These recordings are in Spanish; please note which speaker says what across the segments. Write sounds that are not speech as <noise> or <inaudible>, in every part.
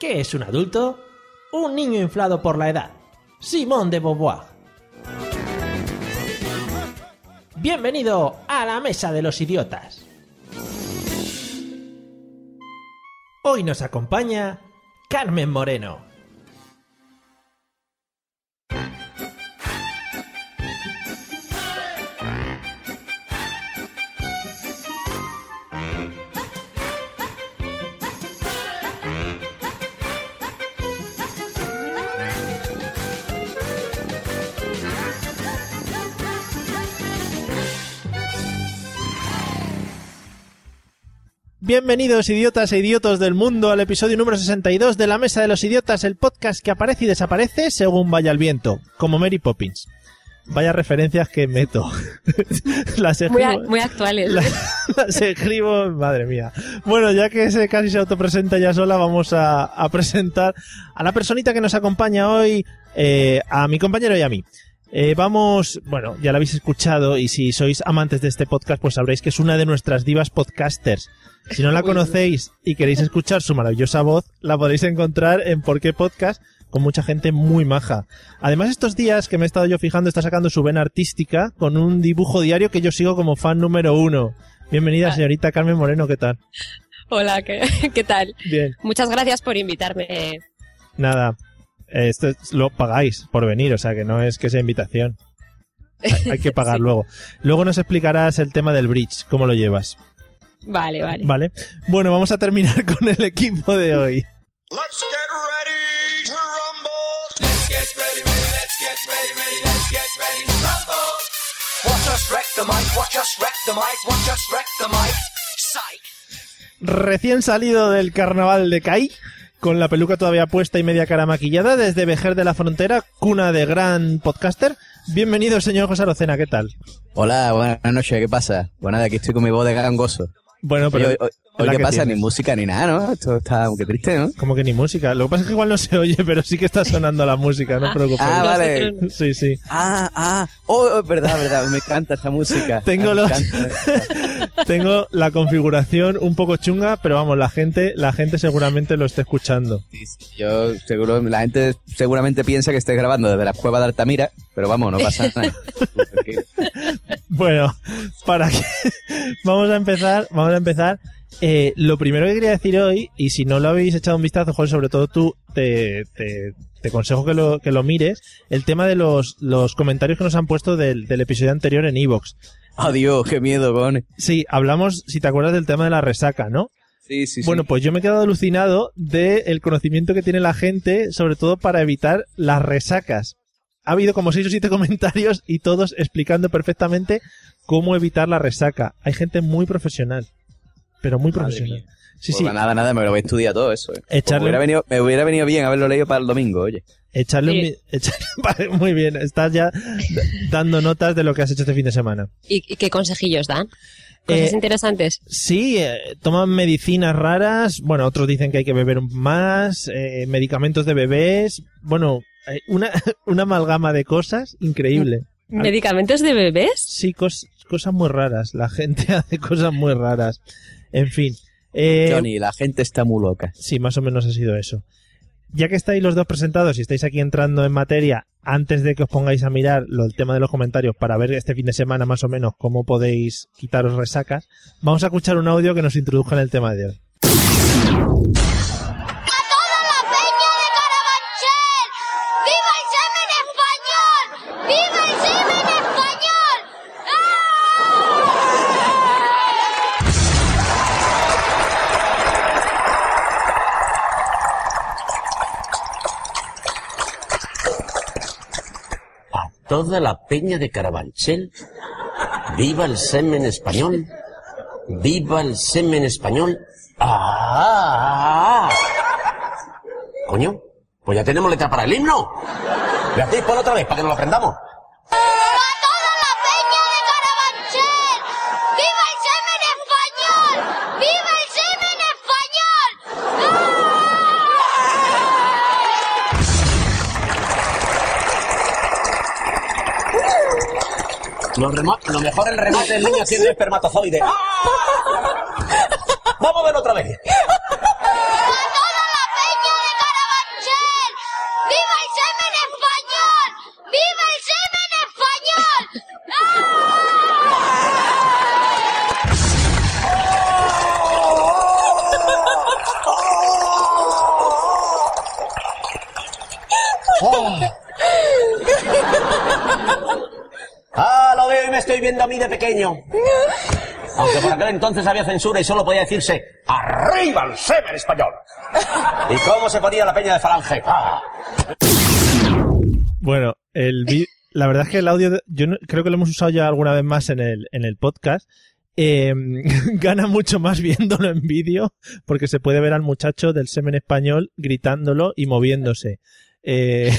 Speaker 1: ¿Qué es un adulto? Un niño inflado por la edad. Simón de Beauvoir. Bienvenido a la Mesa de los Idiotas. Hoy nos acompaña Carmen Moreno. Bienvenidos idiotas e idiotos del mundo al episodio número 62 de La Mesa de los Idiotas, el podcast que aparece y desaparece según vaya el viento, como Mary Poppins. Vaya referencias que meto. <laughs> las
Speaker 2: Muy,
Speaker 1: escribo,
Speaker 2: a- muy actuales.
Speaker 1: la- las escribo, madre mía. Bueno, ya que se casi se autopresenta ya sola, vamos a, a presentar a la personita que nos acompaña hoy, eh, a mi compañero y a mí. Eh, vamos, bueno, ya la habéis escuchado y si sois amantes de este podcast, pues sabréis que es una de nuestras divas podcasters. Si no la conocéis y queréis escuchar su maravillosa voz, la podéis encontrar en Por qué Podcast con mucha gente muy maja. Además, estos días que me he estado yo fijando, está sacando su vena artística con un dibujo diario que yo sigo como fan número uno. Bienvenida,
Speaker 2: Ah.
Speaker 1: señorita Carmen Moreno, ¿qué tal?
Speaker 2: Hola, ¿qué, <laughs> qué tal?
Speaker 1: Bien.
Speaker 2: Muchas gracias por invitarme. Eh,
Speaker 1: Nada, eh, esto es- lo pagáis por venir, o sea que no es que sea invitación. Hay, hay
Speaker 2: <laughs>
Speaker 1: que pagar
Speaker 2: Sí.
Speaker 1: luego. Luego nos explicarás el tema del bridge, cómo lo llevas.
Speaker 2: Vale, vale.
Speaker 1: Vale. Bueno, vamos a terminar <laughs> con el equipo de hoy.
Speaker 3: Let's get ready to rumble. Let's get ready, ready, let's get ready, ready, let's get ready to rumble. Watch us wreck the mic, watch us wreck the mic, watch us wreck the mic. Psych.
Speaker 1: Recién salido del carnaval de Cai, con la peluca todavía puesta y media cara maquillada, desde Vejer de la Frontera, cuna de gran podcaster. Bienvenido, señor José Arocena, ¿qué tal?
Speaker 4: Hola, buenas noches, ¿qué pasa? Bueno, de aquí estoy con mi voz de gangoso.
Speaker 1: Bueno,
Speaker 4: Oye,
Speaker 1: pero...
Speaker 4: oye, oye,
Speaker 1: es la
Speaker 4: ¿qué
Speaker 1: que
Speaker 4: pasa?
Speaker 1: tienes.
Speaker 4: Ni música ni nada, ¿no? Esto está aunque triste, ¿no?
Speaker 1: Como que ni música. Lo que pasa es que igual no se oye, pero sí que está sonando la música, no os preocupéis.
Speaker 4: Ah, vale.
Speaker 2: Nosotros-
Speaker 1: Sí, sí.
Speaker 4: Ah, ah. Oh, oh, verdad, verdad. Me encanta esta música.
Speaker 1: Tengo
Speaker 4: Me
Speaker 1: los-
Speaker 4: encanta.
Speaker 1: Tengo la configuración un poco chunga, pero vamos, la gente, la gente seguramente lo está escuchando.
Speaker 4: Sí, sí, Yo seguro, la gente seguramente piensa que estoy grabando desde la cueva de Altamira, pero vamos, no pasa
Speaker 1: <laughs>
Speaker 4: nada. Tranquilo.
Speaker 1: Bueno, para que <laughs> vamos a empezar, vamos a empezar. Eh, lo primero que quería decir hoy, y si no lo habéis echado un vistazo, Jorge, sobre todo tú, te, te, te aconsejo que lo, que lo mires, el tema de los, los comentarios que nos han puesto del, del episodio anterior en Evox.
Speaker 4: Oh, Dios, qué miedo, con.
Speaker 1: Sí, hablamos, si te acuerdas, del tema de la resaca, ¿no?
Speaker 4: Sí, sí, sí.
Speaker 1: Bueno, pues yo me he quedado alucinado del conocimiento que tiene la gente, sobre todo para evitar las resacas. Ha habido como seis o siete <laughs> comentarios y todos explicando perfectamente cómo evitar la resaca. Hay gente muy profesional, pero muy
Speaker 4: Madre
Speaker 1: profesional. Sí,
Speaker 4: Pues
Speaker 1: sí,
Speaker 4: Nada, nada, me lo voy a estudiar todo eso. eh.
Speaker 1: Echarle-
Speaker 4: Me hubiera venido- me hubiera venido bien haberlo leído para el domingo, oye.
Speaker 1: echarle un...
Speaker 2: Sí.
Speaker 1: mi- <laughs> echarle- Vale, muy bien, estás ya dando notas de lo que has hecho este fin de semana.
Speaker 2: ¿Y, y qué consejillos dan?
Speaker 1: Eh,
Speaker 2: Cosas interesantes.
Speaker 1: Sí, eh, toman medicinas raras. Bueno, otros dicen que hay que beber más, eh, medicamentos de bebés. Bueno, eh, una, <laughs> una amalgama de cosas increíble. al-
Speaker 2: ¿Medicamentos de bebés?
Speaker 1: Sí, cos- cosas muy raras. La gente <laughs> hace cosas muy raras. En fin. eh,
Speaker 4: Johnny, la gente está muy loca.
Speaker 1: sí, más o menos ha sido eso. Ya que estáis los dos presentados y estáis aquí entrando en materia, antes de que os pongáis a mirar lo, el tema de los comentarios para ver este fin de semana más o menos cómo podéis quitaros resacas, vamos a escuchar un audio que nos introduzca en el tema de hoy.
Speaker 5: la peña de Carabanchel! ¡Viva el semen español! ¡Viva el semen español!
Speaker 6: ¡Ah! a toda la peña de Carabanchel. Viva el semen español. Viva el semen español. ¡Ah! Coño, pues ya tenemos letra para el himno. ¿Le hacéis por otra vez para que nos lo aprendamos?
Speaker 5: ¡Carabanchel! ¡Viva el semen español! ¡Viva el semen español!
Speaker 6: Los remates, lo mejor el remate del niño siendo espermatozoide. ¡Ah! Vamos a ver otra vez.
Speaker 5: ¡Carabanchel! ¡Viva el semen español! ¡Viva el semen español!
Speaker 6: Ah, lo veo y me estoy viendo a mí de pequeño. Aunque por aquel entonces había censura y solo podía decirse ¡Arriba el semen español! ¿Y cómo se ponía la peña de falange? ¡Ah!
Speaker 1: Bueno, el vi- la verdad es que el audio, de- yo no- creo que lo hemos usado ya alguna vez más en el, en el podcast. Eh, <laughs> gana mucho más viéndolo en vídeo porque se puede ver al muchacho del semen español gritándolo y moviéndose. Eh,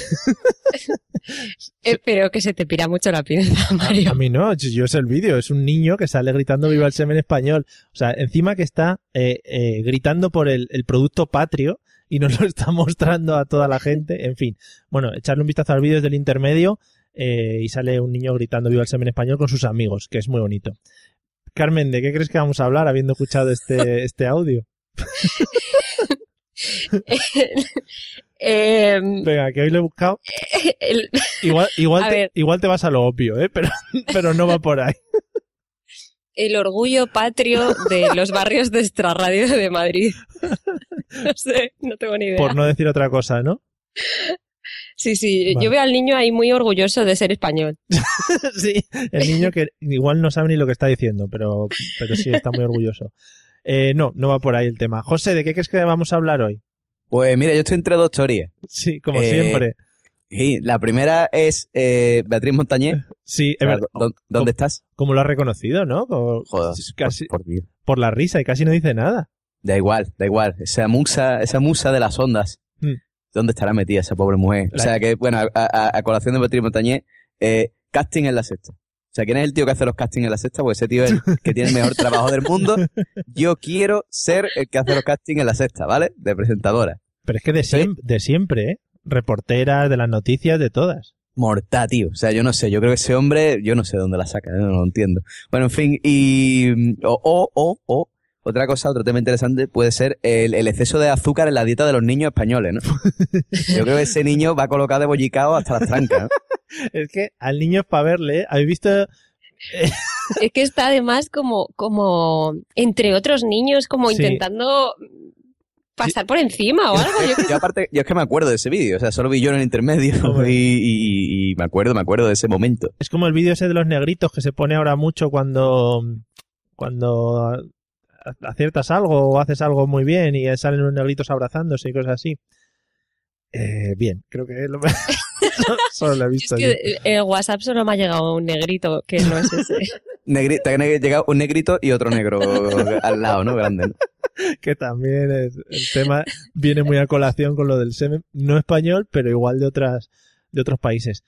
Speaker 2: Eh, pero que se te pira mucho la pinza,
Speaker 1: a
Speaker 2: <laughs> Mario.
Speaker 1: mí no, yo yo es el vídeo, es un niño que sale gritando viva el semen español. O sea, encima que está eh, eh, gritando por el, el producto patrio y nos <laughs> lo está mostrando a toda la gente. En fin, bueno, echarle un vistazo al vídeo desde el intermedio eh, y sale un niño gritando viva el semen español con sus amigos, que es muy bonito. Carmen, ¿de qué crees que vamos a hablar habiendo escuchado
Speaker 2: <laughs>
Speaker 1: este, este audio? ah.
Speaker 2: Eh,
Speaker 1: Venga, que hoy lo he buscado.
Speaker 2: <laughs> el-
Speaker 1: Igual, igual,
Speaker 2: A
Speaker 1: te,
Speaker 2: ver.
Speaker 1: igual te vas a lo obvio, ¿eh? Pero, <laughs> pero no va por
Speaker 2: <laughs>
Speaker 1: ahí.
Speaker 2: el orgullo patrio de los barrios de extrarradio de Madrid. <laughs> No sé, no tengo ni idea.
Speaker 1: Por no decir otra cosa, ¿no?
Speaker 2: Sí, sí,
Speaker 1: Vale.
Speaker 2: yo veo al niño ahí muy orgulloso de ser español.
Speaker 1: <laughs> sí, el niño que igual no sabe ni lo que está diciendo, pero, pero sí está muy orgulloso. Eh, no, no va por ahí el tema. José, ¿de qué crees que vamos a hablar hoy?
Speaker 4: Pues mira, yo estoy entre dos teorías.
Speaker 1: Sí, como
Speaker 4: Eh,
Speaker 1: siempre.
Speaker 4: Y la primera es eh, Beatriz Montañé.
Speaker 1: Sí, es verdad.
Speaker 4: ¿Dó-
Speaker 1: ¿Cómo-
Speaker 4: ¿Dónde estás?
Speaker 1: Como lo ha reconocido, ¿no? Como-
Speaker 4: Joder,
Speaker 1: casi- por,
Speaker 4: por Dios.
Speaker 1: la risa y casi no dice nada.
Speaker 4: Da igual, da igual. Esa musa, esa musa de las ondas.
Speaker 1: Mm.
Speaker 4: ¿Dónde estará metida esa pobre mujer? O
Speaker 1: La-
Speaker 4: sea que, bueno, a, a- a colación de Beatriz Montañé, eh, casting en la sexta. O sea, ¿quién es el tío que hace los castings en la sexta? Pues ese tío
Speaker 1: <laughs>
Speaker 4: es el que tiene el mejor trabajo del mundo. Yo quiero ser el que hace los castings en la sexta, ¿vale? De presentadora.
Speaker 1: Pero es que de,
Speaker 4: Sí.
Speaker 1: siem- de siempre, ¿eh? Reporteras, de las noticias, de todas.
Speaker 4: Mortá, tío. O sea, yo no sé. Yo creo que ese hombre, yo no sé dónde la saca, ¿eh? no lo entiendo. Bueno, en fin, y. mm, O, o, o, o. Otra cosa, otro tema interesante puede ser el, el exceso de azúcar en la dieta de los niños
Speaker 1: <laughs>
Speaker 4: españoles, ¿no? Yo creo que ese niño va colocado de bollicao hasta las trancas, ¿no?
Speaker 1: Es que al niño es para verle, ¿eh? ¿Habéis visto?
Speaker 2: Es que está además como, como entre otros niños, como
Speaker 1: Sí.
Speaker 2: intentando pasar por encima o algo. Yo qué
Speaker 4: Yo aparte, yo es que me acuerdo de ese vídeo, o sea, solo vi yo en el intermedio
Speaker 1: Hombre.
Speaker 4: <laughs> y, y- y me acuerdo, me acuerdo de ese momento.
Speaker 1: Es como el vídeo ese de los negritos que se pone ahora mucho cuando, cuando a- aciertas algo o haces algo muy bien y salen unos negritos abrazándose y cosas así. Eh, bien, creo que lo- <laughs> solo- solo lo he
Speaker 2: Es
Speaker 1: visto yo.
Speaker 2: que el el WhatsApp solo me ha llegado un negrito que no es
Speaker 1: <laughs>
Speaker 2: ese. <laughs>
Speaker 4: Negri- te ha llegado un negrito y otro negro <laughs> al lado, ¿no? Grande, ¿no?
Speaker 1: Que también es- el tema viene muy a colación con lo del semen, no español, pero igual de otras de otros países.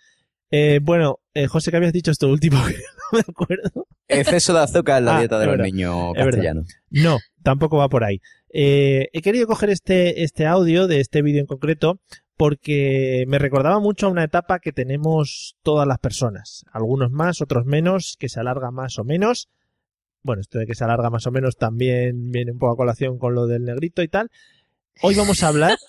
Speaker 1: Eh, bueno, eh, José, ¿qué habías dicho esto último? <laughs> Que no me acuerdo.
Speaker 4: Exceso de azúcar en la
Speaker 1: Ah,
Speaker 4: dieta de
Speaker 1: es
Speaker 4: los
Speaker 1: verdad.
Speaker 4: niños
Speaker 1: Es verdad.
Speaker 4: castellanos.
Speaker 1: No, tampoco va por ahí. Eh, he querido coger este, este audio de este vídeo en concreto porque me recordaba mucho a una etapa que tenemos todas las personas. Algunos más, otros menos, que se alarga más o menos. Bueno, esto de que se alarga más o menos también viene un poco a colación con lo del negrito y tal. Hoy vamos a hablar... <laughs>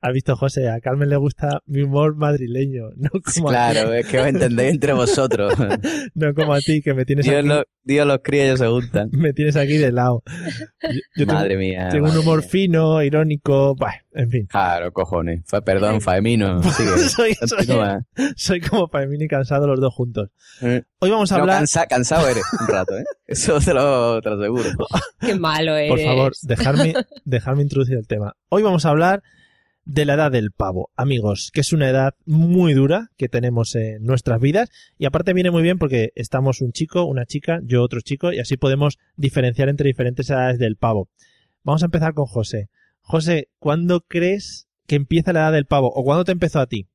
Speaker 1: ¿Has visto, José? A Carmen le gusta mi humor madrileño, no como,
Speaker 4: Claro, es que os entendéis entre
Speaker 1: <laughs>
Speaker 4: vosotros.
Speaker 1: a, no como a ti, que me tienes,
Speaker 4: Dios,
Speaker 1: aquí,
Speaker 4: lo- Dios los cría y ellos se gustan.
Speaker 1: me tienes aquí de lado. Yo- yo tengo-
Speaker 4: madre mía.
Speaker 1: Tiene un
Speaker 4: madre
Speaker 1: humor
Speaker 4: mía.
Speaker 1: fino, irónico, bah, en fin.
Speaker 4: Claro, cojones. Fa-
Speaker 1: Eh.
Speaker 4: perdón, Faemino. Sigue.
Speaker 1: <laughs> soy, soy-
Speaker 4: Continúa.
Speaker 1: soy como Paimini cansado los dos juntos.
Speaker 4: Eh.
Speaker 1: Hoy vamos a
Speaker 4: No,
Speaker 1: hablar...
Speaker 4: cansa- cansado eres un
Speaker 1: <laughs>
Speaker 4: rato, ¿eh? Eso te lo, te lo aseguro.
Speaker 2: Qué malo eres.
Speaker 4: <laughs>
Speaker 1: Por favor, dejarme, dejarme introducir el tema. Hoy vamos a hablar de la edad del pavo, amigos, que es una edad muy dura que tenemos en nuestras vidas y aparte viene muy bien porque estamos un chico, una chica, yo otro chico y así podemos diferenciar entre diferentes edades del pavo. Vamos a empezar con José. José, ¿cuándo crees que empieza la edad del pavo o cuándo te empezó a ti?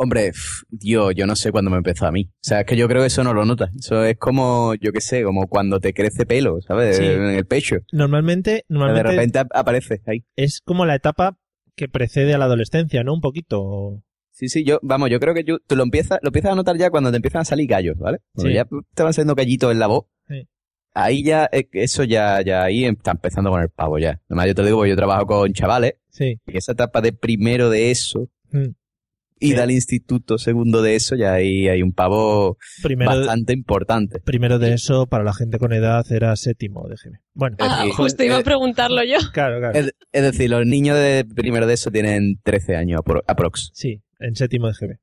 Speaker 4: Hombre, pf, yo, yo no sé cuándo me empezó a mí. O sea, es que yo creo que eso no lo notas. Eso es como, yo qué sé, como cuando te crece pelo, ¿sabes?
Speaker 1: Sí.
Speaker 4: En el pecho.
Speaker 1: Normalmente,
Speaker 4: de
Speaker 1: normalmente
Speaker 4: repente ap- aparece ahí.
Speaker 1: es como la etapa que precede a la adolescencia, ¿no? Un poquito.
Speaker 4: Sí, sí, yo, vamos, yo creo que yo- tú lo empiezas, lo empiezas a notar ya cuando te empiezan a salir gallos, ¿vale? Cuando
Speaker 1: Sí.
Speaker 4: ya te van saliendo gallitos en la voz.
Speaker 1: Sí.
Speaker 4: Ahí ya, eh, eso ya, ya, ahí está empezando con el pavo ya. Además, yo te lo digo, porque yo trabajo con chavales,
Speaker 1: Sí.
Speaker 4: y esa etapa de primero de eso,
Speaker 1: Mm.
Speaker 4: y
Speaker 1: Sí.
Speaker 4: del instituto segundo de eso, ya ahí hay un pavo
Speaker 1: Primero,
Speaker 4: bastante importante.
Speaker 1: primero de eso, para la gente con edad, era séptimo, déjeme. Bueno,
Speaker 2: Ah,
Speaker 4: decir,
Speaker 2: justo iba
Speaker 4: eh,
Speaker 2: a preguntarlo yo.
Speaker 1: claro, claro.
Speaker 4: Es, es decir, los niños de primero de eso tienen 13 años apro- aprox.
Speaker 1: Sí, en séptimo de GB.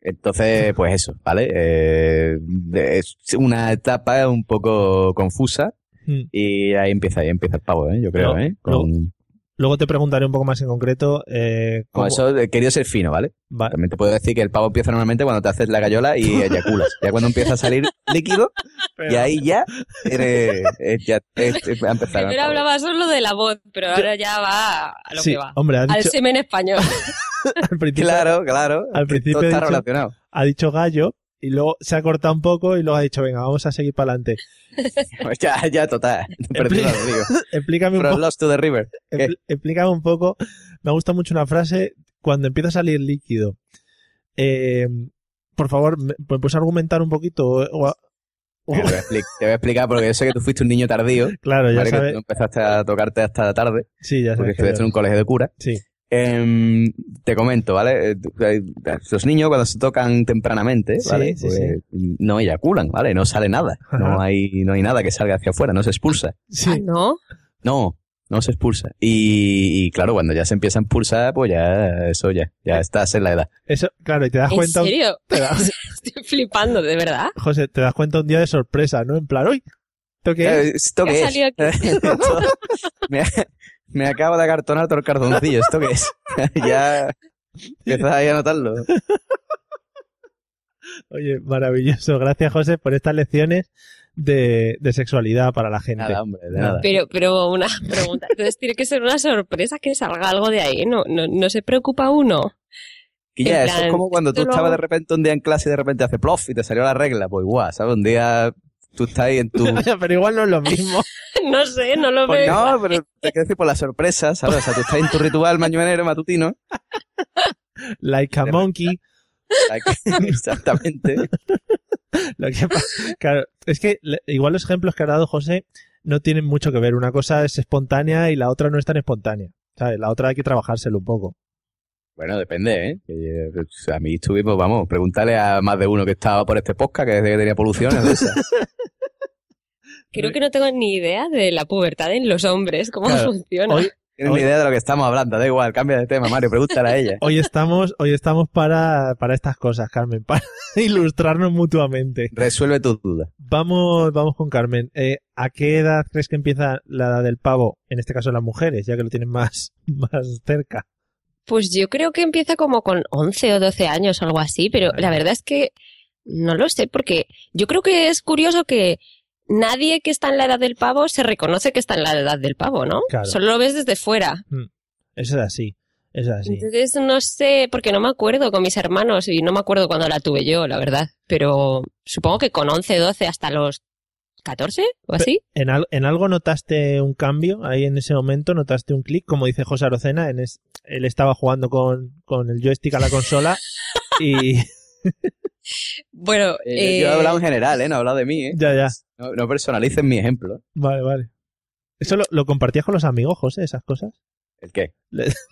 Speaker 4: Entonces, pues eso, ¿vale? Eh, es una etapa un poco confusa
Speaker 1: Mm.
Speaker 4: y ahí empieza, ahí empieza el pavo, ¿eh? Yo creo,
Speaker 1: No,
Speaker 4: ¿eh?
Speaker 1: no.
Speaker 4: Con,
Speaker 1: Luego te preguntaré un poco más en concreto. Eh,
Speaker 4: con
Speaker 1: cómo-
Speaker 4: eso he querido ser fino, ¿vale? <laughs>
Speaker 1: Va-
Speaker 4: También te puedo decir que el pavo empieza normalmente cuando te haces la gallola
Speaker 1: <laughs>
Speaker 4: y eyaculas. ya cuando empieza a salir líquido, y ahí ya eres, eh, ya eh, eh, va a empezar. el
Speaker 2: Primero
Speaker 4: pavo.
Speaker 2: hablaba solo de la voz, pero ahora ya va a lo
Speaker 1: Sí,
Speaker 2: que va.
Speaker 1: hombre, ha
Speaker 2: Al
Speaker 1: dicho, <laughs>
Speaker 2: semen español.
Speaker 1: al principio,
Speaker 4: Claro, claro.
Speaker 1: Al
Speaker 4: es que
Speaker 1: principio
Speaker 4: todo
Speaker 1: he
Speaker 4: está
Speaker 1: dicho-
Speaker 4: relacionado.
Speaker 1: ha dicho gallo y luego se ha cortado un poco y luego ha dicho, venga, vamos a seguir para
Speaker 4: <laughs>
Speaker 1: adelante.
Speaker 4: Pues ya, ya, total. Perdido al río.
Speaker 1: <laughs> Explícame un
Speaker 4: From
Speaker 1: poco.
Speaker 4: Lost to the River. ¿Qué?
Speaker 1: Expl- Explícame un poco. Me gusta mucho una frase cuando empieza a salir líquido. Eh, por favor, ¿me me puedes argumentar un poquito? O- o-
Speaker 4: Te voy, a expli- te voy a explicar porque yo sé que tú fuiste un niño tardío.
Speaker 1: claro, ya
Speaker 4: ¿vale? Que
Speaker 1: sabes.
Speaker 4: tú empezaste a tocarte hasta tarde
Speaker 1: Sí, ya
Speaker 4: porque
Speaker 1: sabes. que
Speaker 4: estuviste en un colegio de cura.
Speaker 1: yo- Sí,
Speaker 4: Em, te comento, ¿vale? Eh, tú- eh, Los niños cuando se tocan tempranamente,
Speaker 1: Sí,
Speaker 4: ¿vale?
Speaker 1: sí,
Speaker 4: Pues, No eyaculan, ¿vale? No sale nada. No
Speaker 1: Ajá.
Speaker 4: hay, no hay nada que salga hacia afuera, no se expulsa.
Speaker 1: sí.
Speaker 2: Ah, ¿No?
Speaker 4: No, no se expulsa. Y, y claro, cuando ya se empieza a expulsar, pues ya, eso ya, ya estás en la edad.
Speaker 1: Eso, claro, y te das
Speaker 2: ¿En
Speaker 1: cuenta, <laughs>
Speaker 2: serio?
Speaker 1: te das-
Speaker 2: <laughs> Estoy flipando, ¿de verdad?
Speaker 1: José, te das cuenta un día de sorpresa, ¿no? En plan, uy, ¿esto qué es?
Speaker 4: Eh, ¿Esto
Speaker 2: ¿Qué
Speaker 4: qué
Speaker 2: ha
Speaker 4: es?
Speaker 2: salido aquí?
Speaker 4: <laughs> Esto- me, me acaba de acartonar todo el cartoncillo. ¿Esto qué es? <laughs> ya empiezas ahí a notarlo.
Speaker 1: Oye, maravilloso. Gracias, José, por estas lecciones de, de sexualidad para la gente.
Speaker 4: Nada, hombre, de nada.
Speaker 2: Pero, pero una <laughs> pregunta. Entonces tiene que ser una sorpresa que salga algo de ahí. No, no, no se preocupa uno. <laughs>
Speaker 4: Que ya,
Speaker 2: en
Speaker 4: eso es
Speaker 2: plan,
Speaker 4: como cuando tú
Speaker 2: esto lo
Speaker 4: estabas de
Speaker 2: hago-
Speaker 4: repente un día en clase y de repente hace plof y te salió la regla. Pues igual, ¿sabes? Un día tú estás ahí en tu...
Speaker 1: <laughs> Pero igual no es lo
Speaker 4: <laughs>
Speaker 1: mismo.
Speaker 2: No sé, no lo
Speaker 4: Pues
Speaker 2: veo.
Speaker 4: no, pero te quiero decir por la sorpresa, ¿sabes? O sea, tú estás en tu ritual mañanero, matutino.
Speaker 1: Like a monkey.
Speaker 4: <laughs> Exactamente.
Speaker 1: Lo que pa- claro, es que le- igual los ejemplos que ha dado José no tienen mucho que ver. Una cosa es espontánea y la otra no es tan espontánea. ¿Sabes? La otra hay que trabajárselo un poco.
Speaker 4: Bueno, depende, ¿eh? Que, eh, pues, A mí estuvimos, vamos, pregúntale a más de uno que estaba por este podcast que desde que tenía poluciones de esas.
Speaker 2: Creo que no tengo ni idea de la pubertad en los hombres, cómo
Speaker 1: Claro.
Speaker 2: funciona.
Speaker 1: Hoy,
Speaker 4: <laughs> Tienes ni idea de lo que estamos hablando, da igual, cambia de tema, Mario, pregúntale a ella.
Speaker 1: hoy estamos, hoy estamos para, para estas cosas, Carmen, <laughs> para ilustrarnos mutuamente.
Speaker 4: Resuelve tus dudas.
Speaker 1: Vamos, vamos con Carmen. Eh, ¿A qué edad crees que empieza la edad del pavo? En este caso las mujeres, ya que lo tienen más, <laughs> más cerca.
Speaker 2: Pues yo creo que empieza como con 11 o 12 años o algo así, pero la verdad es que no lo sé, porque yo creo que es curioso que nadie que está en la edad del pavo se reconoce que está en la edad del pavo, ¿no?
Speaker 1: Claro.
Speaker 2: Solo lo ves desde fuera.
Speaker 1: Eso es así. Eso es así.
Speaker 2: Entonces no sé, porque no me acuerdo con mis hermanos y no me acuerdo cuando la tuve yo, la verdad, pero supongo que con 11, 12 hasta los 14 o así.
Speaker 1: ¿En, al- en algo notaste un cambio ahí en ese momento? ¿Notaste un clic? Como dice José Arocena, en es- él estaba jugando con, con el joystick a la consola
Speaker 2: <laughs>
Speaker 1: y
Speaker 2: Bueno,
Speaker 4: Eh, Yo
Speaker 2: eh,
Speaker 4: he hablado en general, ¿eh? No he hablado de mí, ¿eh?
Speaker 1: ya, ya.
Speaker 4: No, no personalicen mi ejemplo.
Speaker 1: Vale, vale. ¿Eso lo, lo compartías con los amigos, José, esas cosas?
Speaker 4: ¿El qué?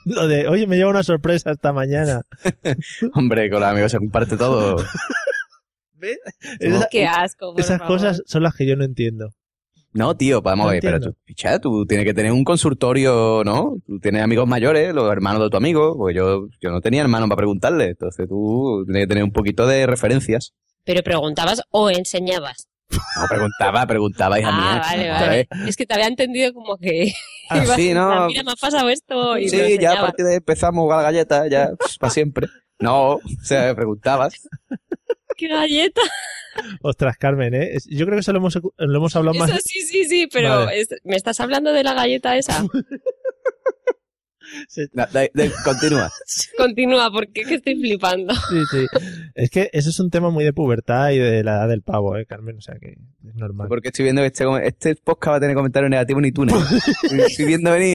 Speaker 1: Lo de, oye, me lleva una sorpresa esta
Speaker 2: <laughs>
Speaker 1: mañana.
Speaker 4: Hombre, con los amigos se comparte todo.
Speaker 1: Esa-
Speaker 2: qué asco. por
Speaker 1: esas
Speaker 2: favor.
Speaker 1: cosas son las que yo no entiendo.
Speaker 4: No, tío, vamos
Speaker 1: No
Speaker 4: a ver, pero
Speaker 1: entiendo.
Speaker 4: tú, picha, tú tienes que tener un consultorio, ¿no? Tú tienes amigos mayores, los hermanos de tu amigo, pues yo, yo no tenía hermanos para preguntarle, entonces tú tienes que tener un poquito de referencias.
Speaker 2: Pero preguntabas o enseñabas.
Speaker 4: No, preguntaba, preguntaba, hija
Speaker 2: ah,
Speaker 4: mía.
Speaker 2: vale,
Speaker 4: A ver,
Speaker 2: vale. Es que te había entendido como que <laughs>
Speaker 4: Ah, sí, ¿no?
Speaker 2: Mira, me ha pasado esto. Y lo
Speaker 4: Sí, ya a
Speaker 2: enseñaba.
Speaker 4: partir de ahí empezamos a la galleta, ya, para siempre. No, o sea, me preguntabas.
Speaker 2: ¡Qué galleta!
Speaker 1: Ostras, Carmen, ¿eh? Es- Yo creo que eso lo hemos, lo hemos hablado más.
Speaker 2: Eso sí, sí, sí, pero
Speaker 1: Vale.
Speaker 2: es- ¿me estás hablando de la galleta
Speaker 1: <laughs>
Speaker 2: esa?
Speaker 1: Se-
Speaker 4: No, de- de-
Speaker 2: <laughs>
Speaker 4: continúa.
Speaker 2: Continúa, porque es que estoy flipando.
Speaker 1: <laughs> Sí, sí. Es que eso es un tema muy de pubertad y de la edad del pavo, ¿eh, Carmen? O sea que es normal.
Speaker 4: Porque estoy viendo que este, este podcast va a tener comentarios negativos ni
Speaker 2: <laughs>
Speaker 4: tú, ni yo. Estoy viendo venir.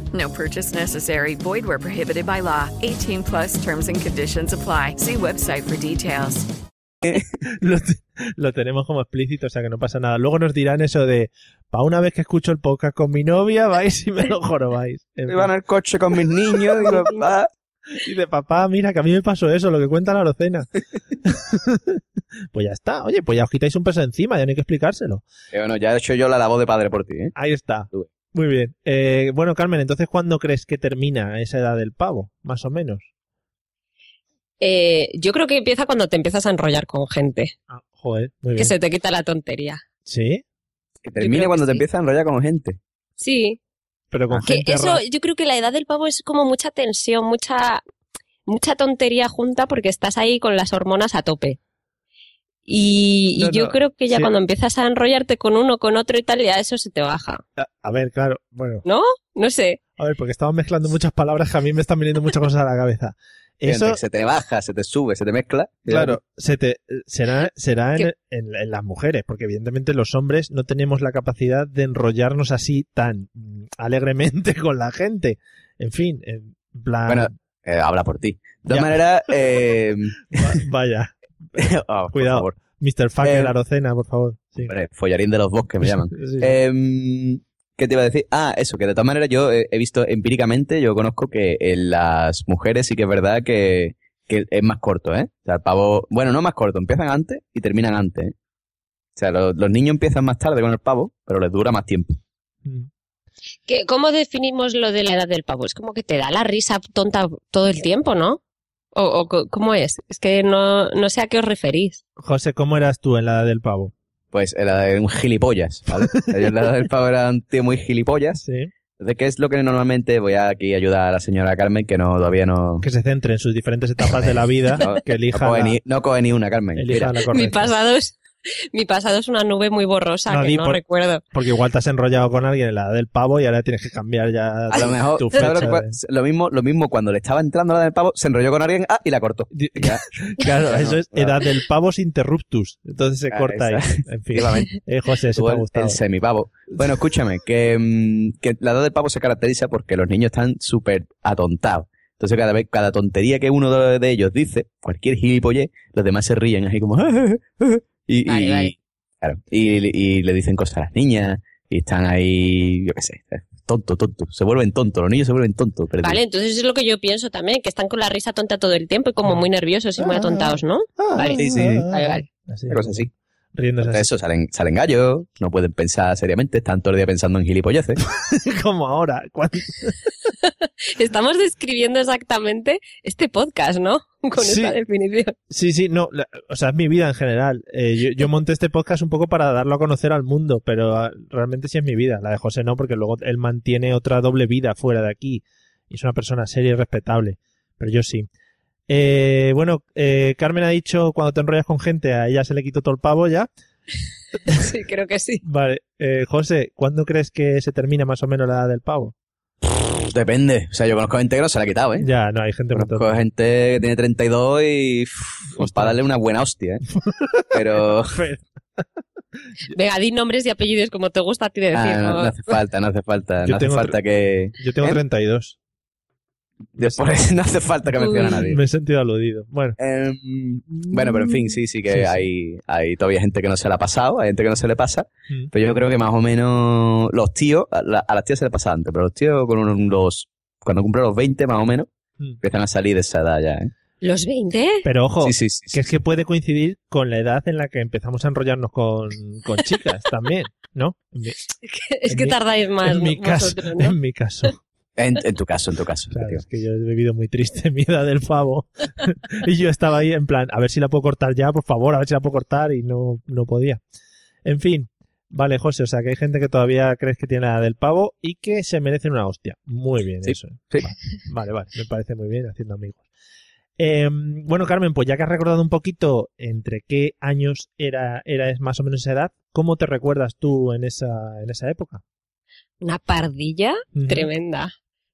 Speaker 7: No purchase necessary. Void where prohibited by law. 18 plus terms and conditions apply. See website for details.
Speaker 1: Lo, te- lo tenemos como explícito, o sea que no pasa nada. Luego nos dirán eso de, pa' una vez que escucho el podcast con mi novia, vais y me lo jorobáis. En
Speaker 4: <laughs> Iban
Speaker 1: fin.
Speaker 4: al coche con mis niños. Digo, "Ah".
Speaker 1: Y de papá, mira, que a mí me pasó eso, lo que cuenta la Lorena. <laughs> pues ya está, oye, pues ya os quitáis un peso encima, ya no hay que explicárselo.
Speaker 4: <laughs> Eh, bueno, ya he hecho yo la labor de padre por ti, ¿eh?
Speaker 1: Ahí está.
Speaker 4: Tú.
Speaker 1: Muy bien. Eh, bueno, Carmen, entonces, ¿cuándo crees que termina esa edad del pavo? Más o menos.
Speaker 2: Eh, yo creo que empieza cuando te empiezas a enrollar con gente,
Speaker 1: Ah, joder, muy
Speaker 2: que
Speaker 1: bien.
Speaker 2: se te quita la tontería.
Speaker 1: Sí,
Speaker 4: Que
Speaker 2: Yo creo
Speaker 4: termine
Speaker 2: que
Speaker 4: cuando te
Speaker 2: sí.
Speaker 4: empiezas a enrollar con gente.
Speaker 2: Sí,
Speaker 1: pero con
Speaker 2: Ah, que
Speaker 1: gente
Speaker 2: eso,
Speaker 1: rara.
Speaker 2: yo creo que la edad del pavo es como mucha tensión, mucha, mucha tontería junta porque estás ahí con las hormonas a tope. Y, y
Speaker 1: No,
Speaker 2: yo
Speaker 1: no,
Speaker 2: creo que ya
Speaker 1: sí.
Speaker 2: cuando empiezas a enrollarte con uno, con otro y tal, ya eso se te baja,
Speaker 1: A, a ver, claro, bueno,
Speaker 2: ¿no? No sé.
Speaker 1: a ver, porque estamos mezclando muchas palabras que a mí me están viniendo muchas cosas a la cabeza. Eso,
Speaker 4: Gente, se te baja, se te sube, se te mezcla.
Speaker 1: Claro, se te, eh, será,
Speaker 4: <laughs>
Speaker 1: será en,
Speaker 2: Que-
Speaker 1: en- en las mujeres, porque evidentemente los hombres no tenemos la capacidad de enrollarnos así tan mm, alegremente <laughs> con la gente. En fin, en plan,
Speaker 4: Bueno, Eh, habla por ti. De todas
Speaker 1: Ya.
Speaker 4: maneras, eh, <laughs>
Speaker 1: va- <coughs> vaya,
Speaker 4: ah, por
Speaker 1: Cuidado.
Speaker 4: favor.
Speaker 1: Mr. Fucker
Speaker 4: Eh,
Speaker 1: Arocena, por favor. Sí.
Speaker 4: Hombre, follarín de los bosques me
Speaker 1: <laughs>
Speaker 4: llaman.
Speaker 1: Sí, sí.
Speaker 4: Eh, ¿Qué te iba a decir? Ah, eso, que de todas maneras yo eh, he visto empíricamente, yo conozco que en las mujeres sí que es verdad que, que es más corto, ¿eh? O sea, el pavo, bueno, no más corto, empiezan antes y terminan antes, ¿eh? O sea, lo- los niños empiezan más tarde con el pavo, pero les dura más tiempo.
Speaker 1: Mm.
Speaker 2: ¿Qué- ¿Cómo definimos lo de la edad del pavo? Es como que te da la risa tonta todo el tiempo, ¿no? ¿O, o co- cómo es? Es que no, no sé a qué os referís.
Speaker 1: José, ¿cómo eras tú en la edad del pavo?
Speaker 4: Pues era de un gilipollas,
Speaker 1: <laughs>
Speaker 4: ¿vale? Yo en la edad del pavo era un tío muy gilipollas.
Speaker 1: Sí.
Speaker 4: Entonces, ¿qué es lo que normalmente voy a aquí ayudar a la señora Carmen, que no todavía no...
Speaker 1: Que se centre en sus diferentes etapas de la vida,
Speaker 4: <laughs> No,
Speaker 1: que elija,
Speaker 4: no coge,
Speaker 1: la,
Speaker 4: ni, no coge ni una, Carmen.
Speaker 1: elija
Speaker 4: <laughs> Mira,
Speaker 1: la
Speaker 2: Mi
Speaker 1: correcta.
Speaker 2: pasado es, mi pasado es una nube muy borrosa
Speaker 1: No,
Speaker 2: que
Speaker 1: di
Speaker 2: no
Speaker 1: por-
Speaker 2: recuerdo.
Speaker 1: Porque igual te has enrollado con alguien en la edad del pavo y ahora tienes que cambiar ya
Speaker 4: a lo mejor,
Speaker 1: tu
Speaker 4: ¿sabes lo,
Speaker 1: fecha
Speaker 4: que fue?
Speaker 1: de-
Speaker 4: lo mismo, lo mismo cuando le estaba entrando la del pavo, se enrolló con alguien ah, y la cortó. Ya,
Speaker 1: Claro,
Speaker 4: No,
Speaker 1: eso es
Speaker 4: claro.
Speaker 1: edad del pavos interruptus. Entonces se
Speaker 4: Ah,
Speaker 1: corta ahí. En fin.
Speaker 4: efectivamente.
Speaker 1: Eh, José, eso
Speaker 4: Tuvo
Speaker 1: te ha
Speaker 4: el-
Speaker 1: gustado.
Speaker 4: el semipavo. Bueno, escúchame, que, mm, que la edad del pavo se caracteriza porque los niños están súper atontados. Entonces cada vez, cada tontería que uno de de ellos dice, cualquier gilipollez, los demás se ríen así como... <laughs> "Ah, ah, ah", Y,
Speaker 2: Vale,
Speaker 4: y-
Speaker 2: vale.
Speaker 4: claro, y, y le dicen cosas a las niñas y están ahí, yo qué sé, tonto, tonto. Se vuelven tontos, los niños se vuelven tontos. perdidos.
Speaker 2: Vale, entonces es lo que yo pienso también, que están con la risa tonta todo el tiempo y como muy nerviosos y muy
Speaker 1: Ah.
Speaker 2: atontados, ¿no? Vale.
Speaker 4: Sí, sí, sí.
Speaker 2: Vale, vale.
Speaker 1: Así,
Speaker 4: Una cosa así.
Speaker 1: riéndose
Speaker 4: Entonces, eso, salen, salen gallos, no pueden pensar seriamente, están todo el día pensando en <laughs> gilipolleces.
Speaker 1: así. Como ahora. cuando-
Speaker 2: Estamos describiendo exactamente este podcast, ¿no? <laughs> Con
Speaker 1: Sí. <laughs>
Speaker 2: esta definición.
Speaker 1: Sí, sí, no. la- o sea, es mi vida en general. Eh, yo, yo monté este podcast un poco para darlo a conocer al mundo, pero ah, realmente sí es mi vida. La de José no, porque luego él mantiene otra doble vida fuera de aquí. Y es una persona seria y respetable. Pero yo sí. Eh, bueno, eh, Carmen ha dicho cuando te enrollas con gente, a ella se le quitó todo el pavo ya.
Speaker 2: Sí, creo que sí.
Speaker 1: Vale, eh, José, ¿cuándo crees que se termina más o menos la edad del pavo?
Speaker 4: Depende. O sea, yo conozco gente que no se la ha quitado, ¿eh?
Speaker 1: Ya, no, hay gente muy
Speaker 4: Conozco
Speaker 1: tonta.
Speaker 4: gente que tiene 32 y... para darle una buena hostia, ¿eh? <laughs> Pero. ah,
Speaker 2: Venga, di nombres y apellidos como te gusta a ti de decir.
Speaker 4: Ah, no,
Speaker 2: ¿no?
Speaker 4: no hace falta, no hace falta.
Speaker 1: Yo
Speaker 4: No hace
Speaker 1: tengo
Speaker 4: falta
Speaker 1: tre-
Speaker 4: que.
Speaker 1: Yo tengo
Speaker 4: ¿Eh?
Speaker 1: 32.
Speaker 4: Después <laughs> no hace falta que mencione a
Speaker 1: <laughs>
Speaker 4: nadie.
Speaker 1: Me he sentido aludido. Bueno.
Speaker 4: Bueno, pero en fin, sí, sí que
Speaker 1: Em, Sí, sí.
Speaker 4: Hay, hay todavía gente que no se le ha pasado, hay gente que no se le pasa.
Speaker 1: Mm.
Speaker 4: Pero yo creo que más o menos los tíos, a, la- a las tías se le pasa antes, pero los tíos con un- los, cuando cumplen los 20 más o menos,
Speaker 1: Mm.
Speaker 4: empiezan a salir de esa edad ya, ¿eh?
Speaker 2: ¿Los 20?
Speaker 1: Pero ojo,
Speaker 4: Sí, sí, sí,
Speaker 1: que es que puede coincidir con la edad en la que empezamos a enrollarnos con, con chicas también, ¿no? En mi-
Speaker 2: es
Speaker 1: en
Speaker 2: que
Speaker 1: mi-
Speaker 2: tardáis más.
Speaker 1: En mi caso.
Speaker 2: vosotros, ¿no?
Speaker 1: En mi caso.
Speaker 4: En, en tu caso, en tu caso.
Speaker 1: Claro, es que yo he vivido muy triste mi edad del pavo. <laughs> y yo estaba ahí en plan, a ver si la puedo cortar ya, por favor, a ver si la puedo cortar y no, no podía. En fin, vale, José, o sea que hay gente que todavía crees que tiene la edad del pavo y que se merecen una hostia. Muy bien
Speaker 4: Sí,
Speaker 1: eso. Vale, vale, vale, me parece muy bien haciendo amigos. Eh, bueno, Carmen, pues ya que has recordado un poquito entre qué años era, era más o menos esa edad, ¿cómo te recuerdas tú en esa, en esa época?
Speaker 2: Una pardilla
Speaker 1: Ujú.
Speaker 2: tremenda.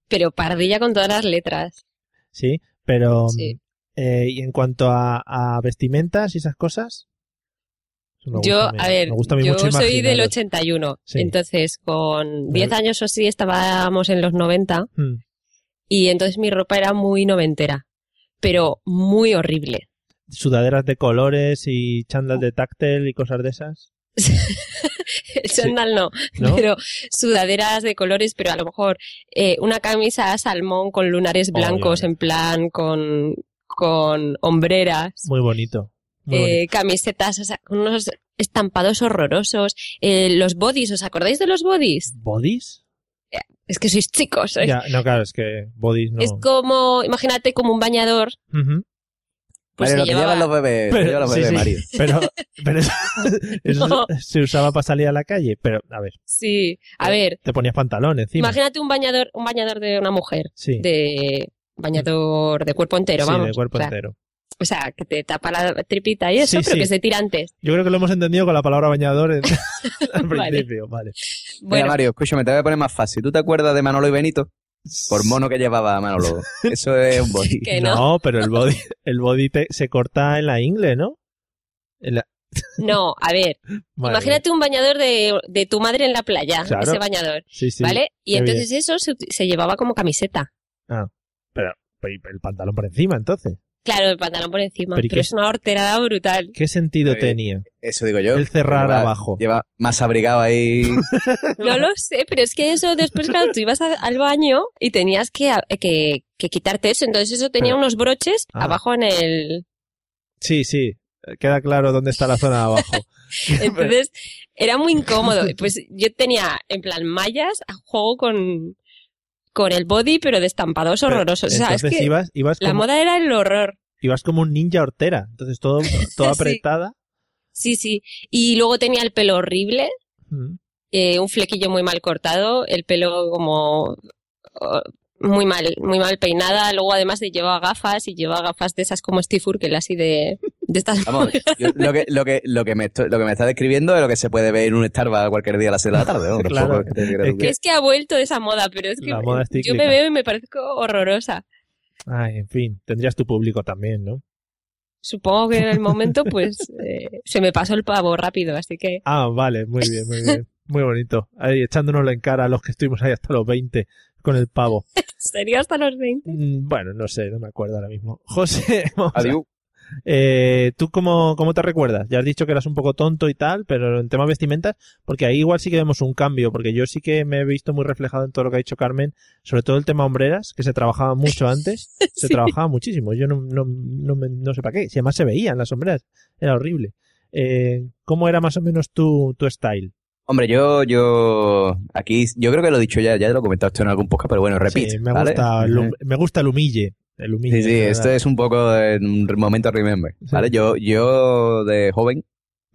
Speaker 2: Pero pardilla con todas las letras.
Speaker 1: Sí, pero
Speaker 2: Sí.
Speaker 1: eh, y en cuanto a, a vestimentas y esas cosas, Eso me
Speaker 2: Yo,
Speaker 1: gusta mí,
Speaker 2: a ver,
Speaker 1: me gusta a mí
Speaker 2: yo
Speaker 1: mucho
Speaker 2: soy del
Speaker 1: imaginaros.
Speaker 2: 81.
Speaker 1: Sí.
Speaker 2: Entonces, con 10
Speaker 1: Pero-
Speaker 2: años o así estábamos en los 90.
Speaker 1: Mm.
Speaker 2: Y entonces mi ropa era muy noventera. Pero muy horrible. <laughs>
Speaker 1: Sudaderas de colores y chandas de táctil y cosas de esas.
Speaker 2: El chándal no,
Speaker 1: ¿No?
Speaker 2: pero sudaderas de colores, pero a lo mejor eh, una camisa salmón con lunares blancos en plan con, con hombreras,
Speaker 1: Muy bonito. Muy
Speaker 2: eh,
Speaker 1: bonito.
Speaker 2: camisetas, o sea, con unos estampados horrorosos, eh, los bodies, ¿os acordáis de los bodies?
Speaker 1: ¿Bodies?
Speaker 2: Es que sois chicos, ¿eh?
Speaker 1: Ya, no, claro, es que bodies no.
Speaker 2: es como, imagínate como un bañador,
Speaker 1: Ujú.
Speaker 2: Pues
Speaker 4: Pero
Speaker 2: se
Speaker 4: lo que
Speaker 2: llevaba-
Speaker 4: llevan los bebés, lo que llevan los
Speaker 1: sí,
Speaker 4: bebés,
Speaker 1: sí,
Speaker 4: Mario.
Speaker 1: pero, pero
Speaker 2: <laughs>
Speaker 1: eso, eso
Speaker 2: No.
Speaker 1: se usaba para salir a la calle, pero a ver,
Speaker 2: sí,
Speaker 1: Eh,
Speaker 2: a ver,
Speaker 1: te ponías pantalón encima.
Speaker 2: imagínate un bañador, un bañador de una mujer,
Speaker 1: Sí.
Speaker 2: de bañador de cuerpo entero,
Speaker 1: Sí,
Speaker 2: vamos.
Speaker 1: de cuerpo
Speaker 2: o sea,
Speaker 1: entero.
Speaker 2: O sea, que te tapa la tripita y
Speaker 1: Sí,
Speaker 2: eso, pero
Speaker 1: sí.
Speaker 2: que es de tirantes.
Speaker 1: Yo creo que lo hemos entendido con la palabra bañador en- <laughs> al
Speaker 2: <laughs> Vale.
Speaker 1: principio, vale.
Speaker 4: Mira,
Speaker 2: Bueno,
Speaker 4: Mario, escúchame, te voy a poner más fácil. ¿Tú te acuerdas de Manolo y Benito? Por mono que llevaba
Speaker 1: <laughs>
Speaker 4: a Manolo. Eso es un body.
Speaker 2: Que
Speaker 1: no.
Speaker 2: no.
Speaker 1: pero el body, el body te- se corta en la ingle, ¿no? En la-
Speaker 2: no, a ver,
Speaker 1: Madre
Speaker 2: imagínate un bañador de, de tu madre en la playa,
Speaker 1: Claro.
Speaker 2: ese bañador,
Speaker 1: mía. Sí, sí.
Speaker 2: ¿vale? Y
Speaker 1: qué
Speaker 2: entonces eso se, se llevaba como camiseta.
Speaker 1: Pero pero y el pantalón por encima, entonces.
Speaker 2: Claro, el pantalón por encima,
Speaker 1: Pero ¿y
Speaker 2: pero,
Speaker 1: qué-
Speaker 2: es una horterada brutal.
Speaker 1: ¿Qué sentido
Speaker 4: Qué bien.
Speaker 1: tenía?
Speaker 4: Eso digo yo.
Speaker 1: El cerrar
Speaker 4: Lleva-
Speaker 1: abajo.
Speaker 4: Lleva más abrigado ahí.
Speaker 2: No lo sé, pero es que eso después, claro, tú ibas a- al baño y tenías que, a- que, que quitarte eso, entonces eso tenía
Speaker 1: Pero-
Speaker 2: unos broches
Speaker 1: Ah.
Speaker 2: abajo en el...
Speaker 1: Sí, sí. Queda claro dónde está la zona de
Speaker 2: <laughs>
Speaker 1: abajo. <laughs>
Speaker 2: Entonces era muy incómodo. Pues yo tenía en plan mallas a juego con, con el body, pero de estampados
Speaker 1: Pero
Speaker 2: horrorosos. o sea, es
Speaker 1: entonces
Speaker 2: que
Speaker 1: ibas, ibas,
Speaker 2: la
Speaker 1: como,
Speaker 2: moda era el horror.
Speaker 1: ibas como un ninja hortera. Entonces todo, todo
Speaker 2: <laughs> Sí.
Speaker 1: apretada.
Speaker 2: Sí, sí. Y luego tenía el pelo horrible,
Speaker 1: Mm.
Speaker 2: eh, un flequillo muy mal cortado, el pelo como oh, muy mal, muy mal peinada. Luego además de llevaba gafas y llevaba gafas de esas como Steve Urkel, así de, de estas.
Speaker 4: Vamos, yo- lo, que, lo, que, lo, que me estoy- lo que me está describiendo es lo que se puede ver en un Starbucks cualquier día a las 6 de la tarde. ¿no?
Speaker 1: Claro.
Speaker 4: Tampoco es que te creas
Speaker 1: Es
Speaker 4: tú
Speaker 1: que-
Speaker 2: <laughs> Es que ha vuelto esa moda, pero es que
Speaker 1: La moda es
Speaker 2: yo
Speaker 1: cíclica.
Speaker 2: me veo y me parezco horrorosa.
Speaker 1: Ay, en fin. Tendrías tu público también, ¿no?
Speaker 2: supongo que en el momento pues eh, se me pasó el pavo rápido, así que
Speaker 1: Ah, vale. Muy bien, muy bien. Muy bonito. Ahí echándonoslo en cara a los que estuvimos ahí hasta los 20 con el pavo.
Speaker 2: sería hasta los 20.
Speaker 1: Mm, Bueno, no sé, no me acuerdo ahora mismo. José, <laughs> vamos a-
Speaker 4: Adiós.
Speaker 1: Eh, ¿Tú cómo, cómo te recuerdas? Ya has dicho que eras un poco tonto y tal, pero en tema vestimentas, porque ahí igual sí que vemos un cambio, porque yo sí que me he visto muy reflejado en todo lo que ha dicho Carmen, sobre todo el tema hombreras, que se trabajaba mucho antes, se
Speaker 2: Sí.
Speaker 1: trabajaba muchísimo, yo no, no, no, me- no sé para qué, si además se veían las sombreras, era horrible. Eh, ¿Cómo era más o menos tu, tu style?
Speaker 4: Hombre, yo, yo, aquí, yo creo que lo he dicho ya, ya lo he comentado esto en algún podcast, pero bueno, repito.
Speaker 1: Sí, me,
Speaker 4: ¿vale?
Speaker 1: gusta el, hum- me gusta el humille. El humille
Speaker 4: Sí, sí,
Speaker 1: ¿verdad?
Speaker 4: esto es un poco eh, un momento remember, ¿vale? Yo, yo de joven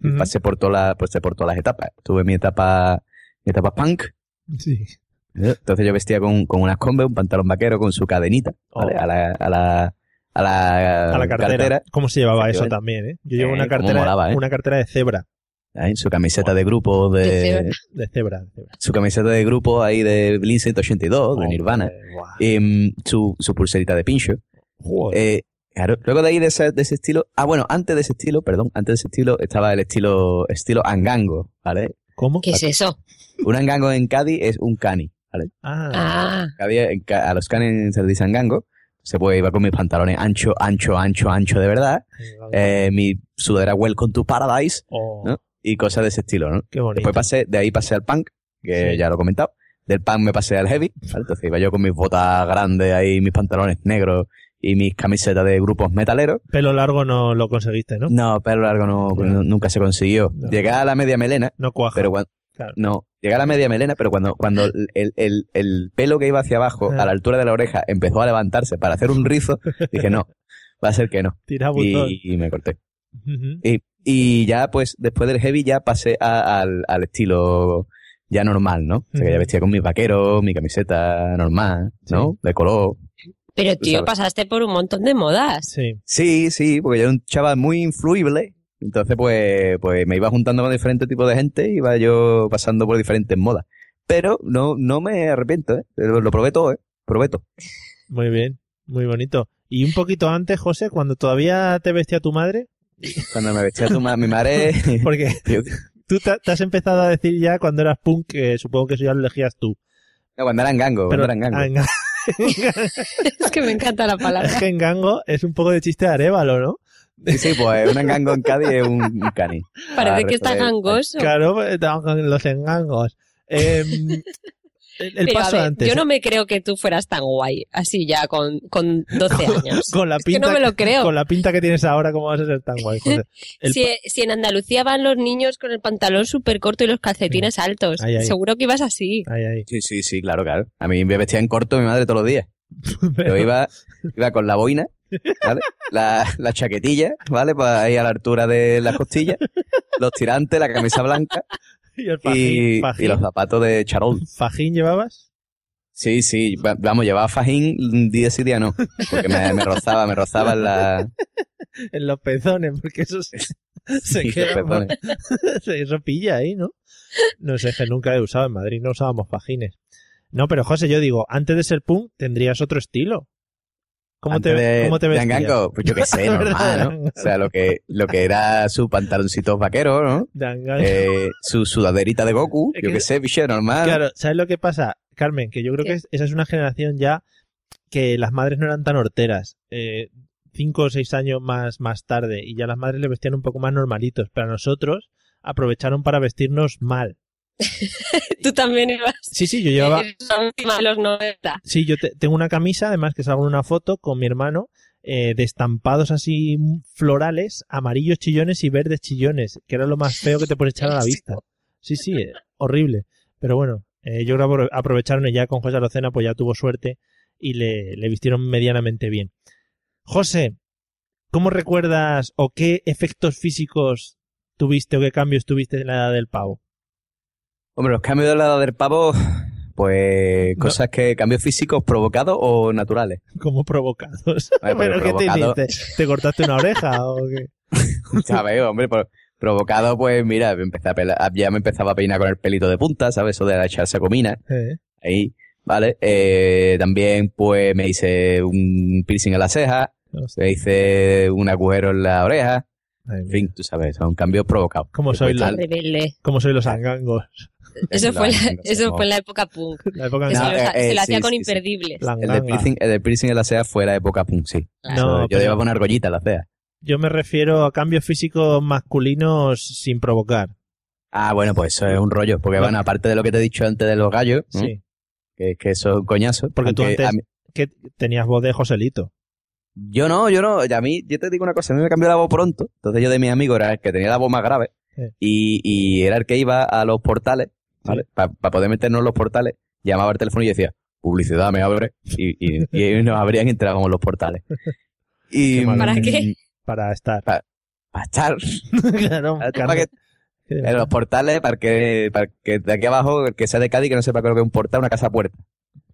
Speaker 1: Ujú.
Speaker 4: pasé por todas las, pasé por todas las etapas. Tuve mi etapa, mi etapa punk, ¿eh?
Speaker 1: Sí.
Speaker 4: Entonces yo vestía con, con unas combes, un pantalón vaquero, con su cadenita, ¿vale?
Speaker 1: Oh.
Speaker 4: A la, a la, a la,
Speaker 1: A la cartera. ¿Cómo se llevaba eso
Speaker 4: Efectivamente.
Speaker 1: también, eh? Yo llevo
Speaker 4: Eh,
Speaker 1: una
Speaker 4: cómo
Speaker 1: cartera,
Speaker 4: molaba, eh.
Speaker 1: una cartera de cebra,
Speaker 4: ahí, su camiseta de grupo,
Speaker 2: De
Speaker 4: de,
Speaker 2: cebra.
Speaker 1: de cebra, de cebra.
Speaker 4: su camiseta de grupo ahí de Blink 182, de Nirvana,
Speaker 1: Hombre, guau.
Speaker 4: em, su, su pulserita de pincho.
Speaker 1: Joder.
Speaker 4: Eh, Claro. Luego de ahí de ese, de ese estilo. Ah, bueno, antes de ese estilo, perdón, antes de ese estilo estaba el estilo estilo angango, ¿vale?
Speaker 1: ¿Cómo?
Speaker 2: ¿Qué es eso?
Speaker 4: Un angango en Cádiz es un cani, ¿vale?
Speaker 2: Ah.
Speaker 4: Había- en ca- a los canes se les dice angango. Se puede iba con mis pantalones ancho, ancho, ancho, ancho de verdad. Eh, mi sudadera Welcome to Paradise.
Speaker 1: Oh.
Speaker 4: ¿no? Y cosas de ese estilo, ¿no?
Speaker 1: Qué bonito.
Speaker 4: Después pasé, de ahí pasé al punk, que ya lo he comentado. Del punk me pasé al heavy, ¿vale? Entonces iba yo con mis botas grandes ahí, mis pantalones negros y mis camisetas de grupos metaleros.
Speaker 1: Pelo largo no lo conseguiste,
Speaker 2: Mm,
Speaker 1: ¿no?
Speaker 4: No, pelo largo no, no- nunca se consiguió. Llegué a la media melena.
Speaker 1: No cuaja.
Speaker 4: Pero cuando,
Speaker 1: Claro.
Speaker 4: No, llegué a la media melena, pero
Speaker 1: <laughs>
Speaker 4: cuando, cuando el, el- el- el pelo que iba hacia abajo,
Speaker 1: Ah.
Speaker 4: a la altura de la oreja, empezó a levantarse para hacer un rizo, dije no, va a ser
Speaker 1: <laughs>
Speaker 4: que no.
Speaker 1: Tira botón.
Speaker 4: Y, y me corté.
Speaker 1: Ujú.
Speaker 4: Y, y ya, pues, después del heavy ya pasé a- al, al estilo ya normal, ¿no? O sea, que ya vestía con mis vaqueros, mi camiseta normal, ¿no? De color.
Speaker 2: Pero
Speaker 4: Tú
Speaker 2: tío,
Speaker 4: sabes.
Speaker 2: pasaste por un montón de modas.
Speaker 1: Sí.
Speaker 4: Sí, sí, porque yo era un chaval muy influible. Entonces, pues, pues me iba juntando con diferentes tipos de gente, iba yo pasando por diferentes modas. Pero no, no me arrepiento, ¿eh? Lo, lo probé todo, ¿eh? Probé todo.
Speaker 1: Muy bien, muy bonito. Y un poquito antes, José, cuando todavía te vestía tu madre,
Speaker 4: Cuando me vestía tu ma- mi madre...
Speaker 2: <laughs>
Speaker 1: porque
Speaker 4: Yo-
Speaker 1: tú te, te has empezado a decir ya cuando eras punk, que supongo que eso ya lo elegías tú.
Speaker 4: no, <laughs> cuando eran gango, cuando eran gango.
Speaker 1: ah, en-
Speaker 2: <laughs> es que me encanta
Speaker 1: <laughs>
Speaker 2: la
Speaker 1: es
Speaker 2: palabra.
Speaker 1: que en gango es un poco de chiste de arévalo, ¿no?
Speaker 4: Sí, sí, pues un engango en Cádiz es un, un cani.
Speaker 2: Parece
Speaker 4: Ah,
Speaker 2: que está
Speaker 4: resto de-
Speaker 2: gangoso.
Speaker 1: Claro, pues, estamos con los engangos. Em,
Speaker 2: <laughs>
Speaker 1: el el
Speaker 2: Pero, a
Speaker 1: paso
Speaker 2: ver,
Speaker 1: antes. eh.
Speaker 2: Yo no me creo que tú fueras tan guay, así ya con, con 12 años.
Speaker 1: con la
Speaker 2: Es que
Speaker 1: pinta
Speaker 2: no me lo creo.
Speaker 1: con la pinta que tienes ahora cómo vas a ser tan guay
Speaker 2: <laughs>
Speaker 1: José? El
Speaker 2: Si, si en Andalucía van los niños con el pantalón súper corto y los calcetines altos,
Speaker 4: Ay, ay.
Speaker 2: seguro que ibas así. <laughs>
Speaker 1: Ahí, ahí.
Speaker 4: Sí, sí, sí, claro, claro. A mí me vestía en corto mi madre todos los días. Yo iba, iba con la boina, ¿vale? La, la chaquetilla, ¿vale? Para ir a la altura de las costillas, los tirantes, la camisa blanca
Speaker 1: <laughs> y el fajín,
Speaker 4: y,
Speaker 1: fajín.
Speaker 4: y los zapatos de charol.
Speaker 1: ¿Fajín llevabas?
Speaker 4: Sí, sí, va- vamos, llevaba fajín mm, día sí, día no, porque me, me rozaba, me rozaba en la...
Speaker 1: En los pezones, porque eso
Speaker 4: <laughs>
Speaker 1: se, <laughs> se
Speaker 4: Sí, los
Speaker 1: queda.
Speaker 4: pezones.
Speaker 1: <laughs> se- eso pilla ahí, ¿no? No sé, que nunca he usado. En Madrid no usábamos pajines. No, pero José, yo digo, antes de ser punk tendrías otro estilo. ¿Cómo, te,
Speaker 4: Antes de-
Speaker 1: ¿cómo te
Speaker 4: de
Speaker 1: vestías?
Speaker 4: Angango, pues yo
Speaker 1: <laughs>
Speaker 4: qué sé, normal,
Speaker 1: ¿Verdad?
Speaker 4: ¿no? O sea, lo que, lo que era su pantaloncito vaquero, ¿no?
Speaker 1: De Angango.
Speaker 4: Eh, su sudaderita de Goku,
Speaker 1: Es
Speaker 4: yo
Speaker 1: que-
Speaker 4: qué sé, biche, normal.
Speaker 1: Claro, ¿sabes lo que pasa, Carmen? Que yo creo que es- esa es una generación ya que las madres no eran tan horteras. Eh, cinco o seis años más, más tarde y ya las madres le vestían un poco más normalitos, pero a nosotros aprovecharon para vestirnos mal.
Speaker 2: Tú también ibas.
Speaker 1: Sí, sí, yo llevaba...
Speaker 2: eres la última de los 90.
Speaker 1: Sí, yo te- tengo una camisa, además que salgo en una foto con mi hermano, eh, de estampados así florales, amarillos chillones y verdes chillones, que era lo más feo que te puedes echar a la vista. Sí, sí, eh, horrible. Pero bueno, eh, yo creo que apro- aprovecharon y ya con José Arocena, pues ya tuvo suerte y le, le vistieron medianamente bien. José, ¿cómo recuerdas o qué efectos físicos tuviste o qué cambios tuviste en la edad del pavo? <laughs>
Speaker 4: Hombre, los cambios de la edad del pavo, pues cosas que, cambios físicos provocados o
Speaker 1: <laughs>
Speaker 4: naturales.
Speaker 1: ¿Cómo provocados? <laughs>
Speaker 4: Ay, pero
Speaker 1: ¿Pero qué te
Speaker 4: provocado.
Speaker 1: hiciste? ¿Te cortaste una oreja o qué?
Speaker 4: ¿Sabes, hombre? Por- provocado, pues mira, me empecé a pela- ya me empezaba a peinar con el pelito de punta, ¿sabes? Eso de echarse comina,
Speaker 1: Eh.
Speaker 4: ahí, ¿vale? Eh, también, pues me hice un piercing en la ceja, me hice un agujero en la oreja,
Speaker 1: Ay,
Speaker 4: en fin, tú sabes, son cambios provocados.
Speaker 1: ¿Cómo
Speaker 4: Que
Speaker 1: soy
Speaker 4: puede
Speaker 1: la-
Speaker 4: estar-
Speaker 2: Rebelde.
Speaker 1: ¿Cómo soy los angangos? <laughs>
Speaker 2: Eso,
Speaker 4: la-
Speaker 2: fue, la,
Speaker 4: no sé,
Speaker 2: eso
Speaker 4: no.
Speaker 2: fue en la época punk.
Speaker 1: La época
Speaker 2: Que se
Speaker 4: No,
Speaker 2: lo, ha-
Speaker 4: eh,
Speaker 2: se lo
Speaker 4: eh,
Speaker 2: hacía
Speaker 4: sí,
Speaker 2: con
Speaker 4: sí, sí.
Speaker 2: imperdibles.
Speaker 4: El del piercing, el del piercing en la ceja fue la época punk, sí.
Speaker 1: No,
Speaker 2: Ah.
Speaker 4: Eso, yo
Speaker 1: pero-
Speaker 4: llevaba una argollita en la ceja.
Speaker 1: Yo me refiero a cambios físicos masculinos sin provocar.
Speaker 4: Ah, bueno, pues eso es un rollo, porque
Speaker 1: Lo-
Speaker 4: bueno, aparte de lo que te he dicho antes de los gallos, ¿no?
Speaker 1: Sí.
Speaker 4: que es que eso es un coñazo.
Speaker 1: Porque tú
Speaker 4: aunque a
Speaker 1: antes
Speaker 4: mí-
Speaker 1: que tenías voz de Joselito.
Speaker 4: yo no, yo no, y a mí, yo te digo una cosa, a mí me cambió la voz pronto, entonces yo de mis amigos era el que tenía la voz más grave
Speaker 1: Sí.
Speaker 4: y, y era el que iba a los portales, ¿vale? Para poder meternos en los portales, llamaba al teléfono y decía, publicidad me abre, y, y, y ellos nos habrían entrado en
Speaker 1: <laughs>
Speaker 4: los portales. Y,
Speaker 1: malo. ¿Para
Speaker 2: qué?
Speaker 1: Para
Speaker 4: <laughs>
Speaker 1: estar.
Speaker 4: Para estar,
Speaker 1: claro, <laughs>
Speaker 4: para que- en los portales, para que, para que de aquí abajo, el que sea de Cádiz, que no sepa creo que es un portal, una casa puerta.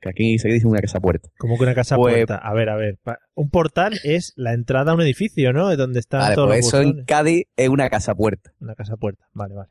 Speaker 4: Que aquí se dice una casa puerta.
Speaker 1: Como que una casa
Speaker 4: Pues-
Speaker 1: puerta. A ver, a ver. pa- Un portal es la entrada a un edificio, ¿no? Es Donde están
Speaker 4: Vale,
Speaker 1: todos
Speaker 4: pues
Speaker 1: los
Speaker 4: eso en
Speaker 1: buzones.
Speaker 4: Cádiz es una casa puerta.
Speaker 1: Una casa puerta. Vale, vale.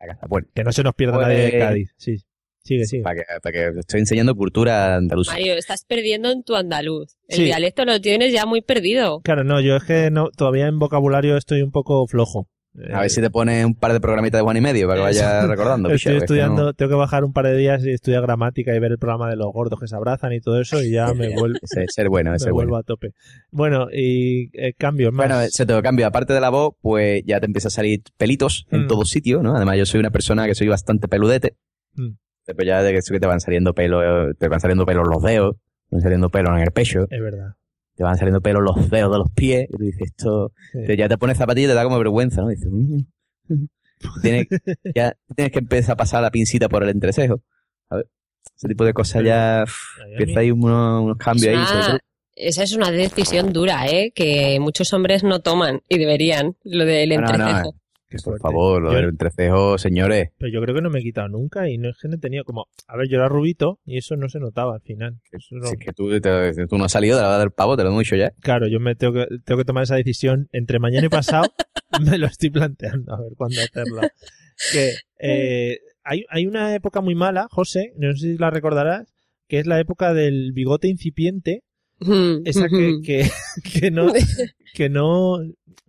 Speaker 4: La casa puerta.
Speaker 1: Que no se nos pierda
Speaker 4: Pues-
Speaker 1: nadie de Cádiz. Sí. Sigue, sigue.
Speaker 4: Para que, para que te estoy enseñando cultura andaluza.
Speaker 2: Mario, estás perdiendo en tu andaluz. El
Speaker 1: Sí.
Speaker 2: dialecto lo tienes ya muy perdido.
Speaker 1: Claro, no, yo es que no, todavía en vocabulario estoy un poco flojo. Eh,
Speaker 4: A ver si te pones un par de programitas de Juan y medio para que vayas recordando.
Speaker 1: <laughs> Estoy
Speaker 4: picha, es que
Speaker 1: estudiando,
Speaker 4: no-
Speaker 1: tengo que bajar un par de días y estudiar gramática y ver el programa de los gordos que se abrazan y todo eso y ya
Speaker 4: <laughs>
Speaker 1: me vuelvo,
Speaker 4: Ese- ese es
Speaker 1: <laughs>
Speaker 4: bueno,
Speaker 1: me
Speaker 4: ese es
Speaker 1: vuelvo
Speaker 4: bueno.
Speaker 1: a tope. Bueno, y eh, cambios más.
Speaker 4: Bueno, se te cambio. Aparte de la voz, pues ya te empieza a salir pelitos en todo sitio, ¿no? Además, yo soy una persona que soy bastante peludete.
Speaker 1: Mm.
Speaker 4: Pues ya de que eso que te van saliendo pelo, te van saliendo pelos los dedos, te van saliendo pelos en el pecho,
Speaker 1: es verdad.
Speaker 4: te van saliendo pelos los dedos de los pies. Y tú dices, esto.
Speaker 1: Sí.
Speaker 4: te- Ya te pones zapatillas y te da como vergüenza, ¿no? Dices, "Mm". Tienes-
Speaker 1: <laughs>
Speaker 4: ya tienes que empezar a pasar la pincita por el entrecejo. A ver, ese tipo de cosas ya pff, empieza ahí uno- unos cambios ahí.
Speaker 2: Es una-
Speaker 4: sobre todo-
Speaker 2: esa es una decisión dura, ¿eh? Que muchos hombres no toman y deberían. Lo del
Speaker 4: No, eh. no,
Speaker 2: entrecejo.
Speaker 4: no, que por favor, lo
Speaker 1: Yo-
Speaker 4: del entrecejo, señores.
Speaker 1: Pero yo creo que no me he quitado nunca y no es que no he tenido como... A ver, yo era rubito y eso no se notaba al final. Eso no-
Speaker 4: Si es que tú, te- tú no has salido de la hora del pavo, te lo he dicho ya.
Speaker 1: Claro, yo me tengo que, tengo que tomar esa decisión entre mañana y pasado. <laughs>
Speaker 4: <laughs>
Speaker 1: me lo estoy planteando, a ver cuándo hacerla. Que eh, hay, hay una época muy mala, José, no sé si la recordarás, que es la época del bigote incipiente,
Speaker 2: Mm.
Speaker 1: esa que, que, <laughs> que no, que no,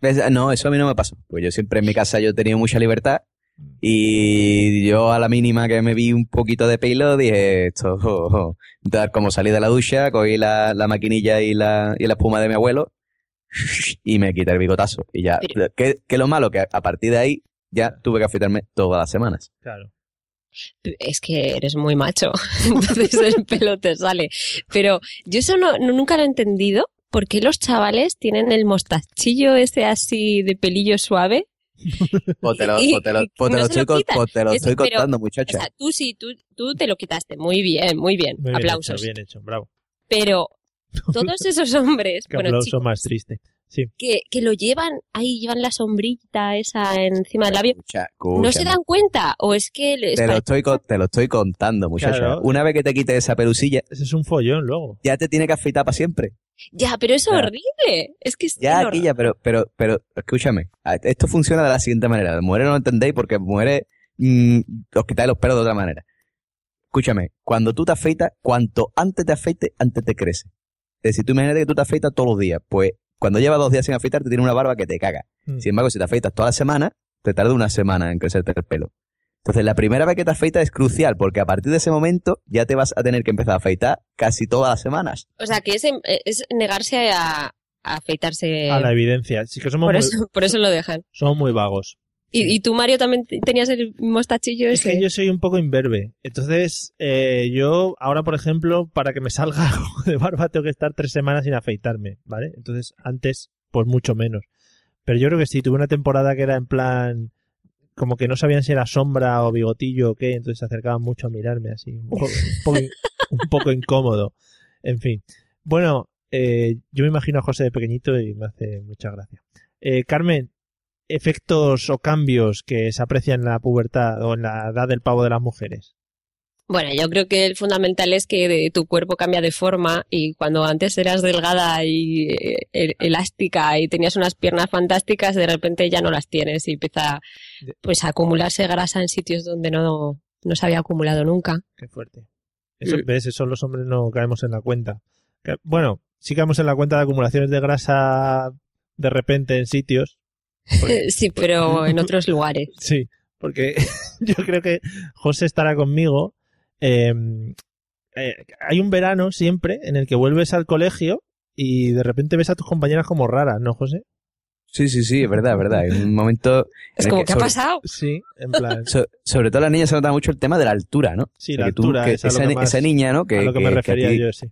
Speaker 4: Es- No, eso a mí no me pasó. Pues yo siempre en mi casa yo he tenido mucha libertad y yo a la mínima que me vi un poquito de pelo dije esto, Entonces, como salí de la ducha, cogí la, la maquinilla y la, y la espuma de mi abuelo y me quité el bigotazo. Y ya, que, que lo malo, que a- a partir de ahí ya tuve que afeitarme todas las semanas.
Speaker 1: Claro.
Speaker 2: <laughs> es que eres muy macho, <laughs> entonces el pelo te sale. Pero yo eso no, no- nunca lo he entendido, ¿por qué los chavales tienen el mostachillo ese así de pelillo suave?
Speaker 4: O te lo,
Speaker 2: <laughs> Y-
Speaker 4: o te lo,
Speaker 2: y
Speaker 4: o te
Speaker 2: no
Speaker 4: lo
Speaker 2: se lo
Speaker 4: estoy, co-
Speaker 2: quitan.
Speaker 4: o te lo
Speaker 2: Es-
Speaker 4: estoy
Speaker 2: pero,
Speaker 4: contando,
Speaker 2: O
Speaker 4: muchacha.
Speaker 2: sea, tú sí, tú, tú te lo quitaste, muy bien, muy bien,
Speaker 1: Muy bien
Speaker 2: aplausos.
Speaker 1: hecho, bien hecho, bravo. <laughs>
Speaker 2: Pero todos esos hombres,
Speaker 1: Qué
Speaker 2: bueno,
Speaker 1: aplauso
Speaker 2: chicos,
Speaker 1: más triste. Sí.
Speaker 2: que, que lo llevan, ahí llevan la sombrilla esa encima del labio, ¿no se
Speaker 4: escúchame.
Speaker 2: dan cuenta? ¿O es que les
Speaker 4: Te lo,
Speaker 2: parece-
Speaker 4: estoy, co- te lo estoy contando, muchacha.
Speaker 1: Claro.
Speaker 4: Una vez que te quites esa pelusilla,
Speaker 1: Ese es un follón luego.
Speaker 4: ya te tiene que afeitar para siempre.
Speaker 2: Ya, pero es
Speaker 4: Ya.
Speaker 2: horrible. Es que es
Speaker 4: Ya,
Speaker 2: horror-
Speaker 4: aquí ya, pero, pero, pero, escúchame. A- Esto funciona de la siguiente manera. Las mujeres no lo entendéis porque mujeres mm, os quitáis los pelos de otra manera. Escúchame, cuando tú te afeitas, cuanto antes te afeites, antes te crece. Es decir, tú imagínate que tú te afeitas todos los días. Pues cuando llevas dos días sin afeitar, te tiene una barba que te caga.
Speaker 1: Mm.
Speaker 4: Sin embargo, si te afeitas toda la semana, te tarda una semana en crecerte el pelo. Entonces, la primera vez que te afeitas es crucial, porque a partir de ese momento ya te vas a tener que empezar a afeitar casi todas las semanas.
Speaker 2: O sea, que es, em- es negarse a, a afeitarse.
Speaker 1: A la evidencia. Sí que somos
Speaker 2: Eh, por,
Speaker 1: muy,
Speaker 2: eso, por eso lo dejan.
Speaker 1: somos muy vagos.
Speaker 2: ¿Y, y tú, Mario, también te- tenías el mostachillo
Speaker 1: Es
Speaker 2: ese?
Speaker 1: que yo soy un poco imberbe. Entonces, eh, yo ahora, por ejemplo, para que me salga <laughs> algo de barba, tengo que estar tres semanas sin afeitarme, ¿vale? Entonces, antes, pues mucho menos. Pero yo creo que sí, tuve una temporada que era en plan, como que no sabían si era sombra o bigotillo o qué, entonces se acercaban mucho a mirarme así, un poco, un poco, un poco incómodo. En fin. Bueno, eh, yo me imagino a José de pequeñito y me hace mucha gracia. Eh, Carmen, efectos o cambios que se aprecian en la pubertad o en la edad del pavo de las mujeres.
Speaker 2: Bueno, yo creo que el fundamental es que de- tu cuerpo cambia de forma y cuando antes eras delgada y eh, el- elástica y tenías unas piernas fantásticas, de repente ya no las tienes y empieza pues a acumularse grasa en sitios donde no, no se había acumulado nunca.
Speaker 1: Qué fuerte. Eso, ¿Ves? Eso los hombres no caemos en la cuenta. Que- Bueno, sí caemos en la cuenta de acumulaciones de grasa de repente en sitios. Pues,
Speaker 2: <laughs> sí, pero en otros lugares.
Speaker 1: Sí, porque <laughs> yo creo que José estará conmigo. Eh, eh, hay un verano siempre en el que vuelves al colegio y de repente ves a tus compañeras como raras, ¿no, José?
Speaker 4: Sí, sí, sí, es verdad, es verdad. Es un momento.
Speaker 2: Es
Speaker 4: en el
Speaker 2: como, ¿qué ha
Speaker 4: sobre-
Speaker 2: pasado?
Speaker 1: Sí, en
Speaker 4: <laughs>
Speaker 1: plan.
Speaker 4: so- sobre todo a las niñas se nota mucho el tema de la altura, ¿no?
Speaker 1: Sí,
Speaker 4: De
Speaker 1: la
Speaker 4: que tú-
Speaker 1: altura
Speaker 4: que
Speaker 1: es a lo
Speaker 4: esa,
Speaker 1: que
Speaker 4: ni-
Speaker 1: más-
Speaker 4: esa niña, ¿no? Que,
Speaker 1: a lo que, me
Speaker 4: que- que a
Speaker 1: refería
Speaker 4: ti-
Speaker 1: yo, sí.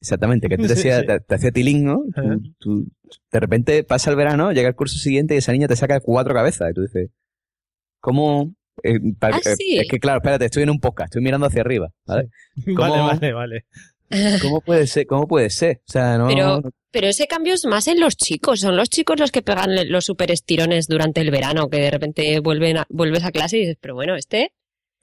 Speaker 4: Exactamente, que a ti te,
Speaker 1: Sí,
Speaker 4: hacía,
Speaker 1: sí.
Speaker 4: Te, te hacía tilín, ¿no? Tú-
Speaker 1: Ajá.
Speaker 4: tú- de repente pasa el verano, llega el curso siguiente y esa niña te saca cuatro cabezas. Y tú dices, ¿cómo? Eh, pa-
Speaker 2: Ah,
Speaker 4: eh,
Speaker 2: sí.
Speaker 4: Es que, claro, espérate, estoy en un podcast, estoy mirando hacia arriba, ¿vale? ¿Cómo,
Speaker 1: Vale, vale, vale.
Speaker 4: ¿Cómo puede ser? ¿Cómo puede ser? O sea, no.
Speaker 2: Pero,
Speaker 4: no-
Speaker 2: <laughs> pero ese cambio es más en los chicos. Son los chicos los que pegan le- los super estirones durante el verano, que de repente vuelven a- vuelves a clase y dices, pero bueno, este.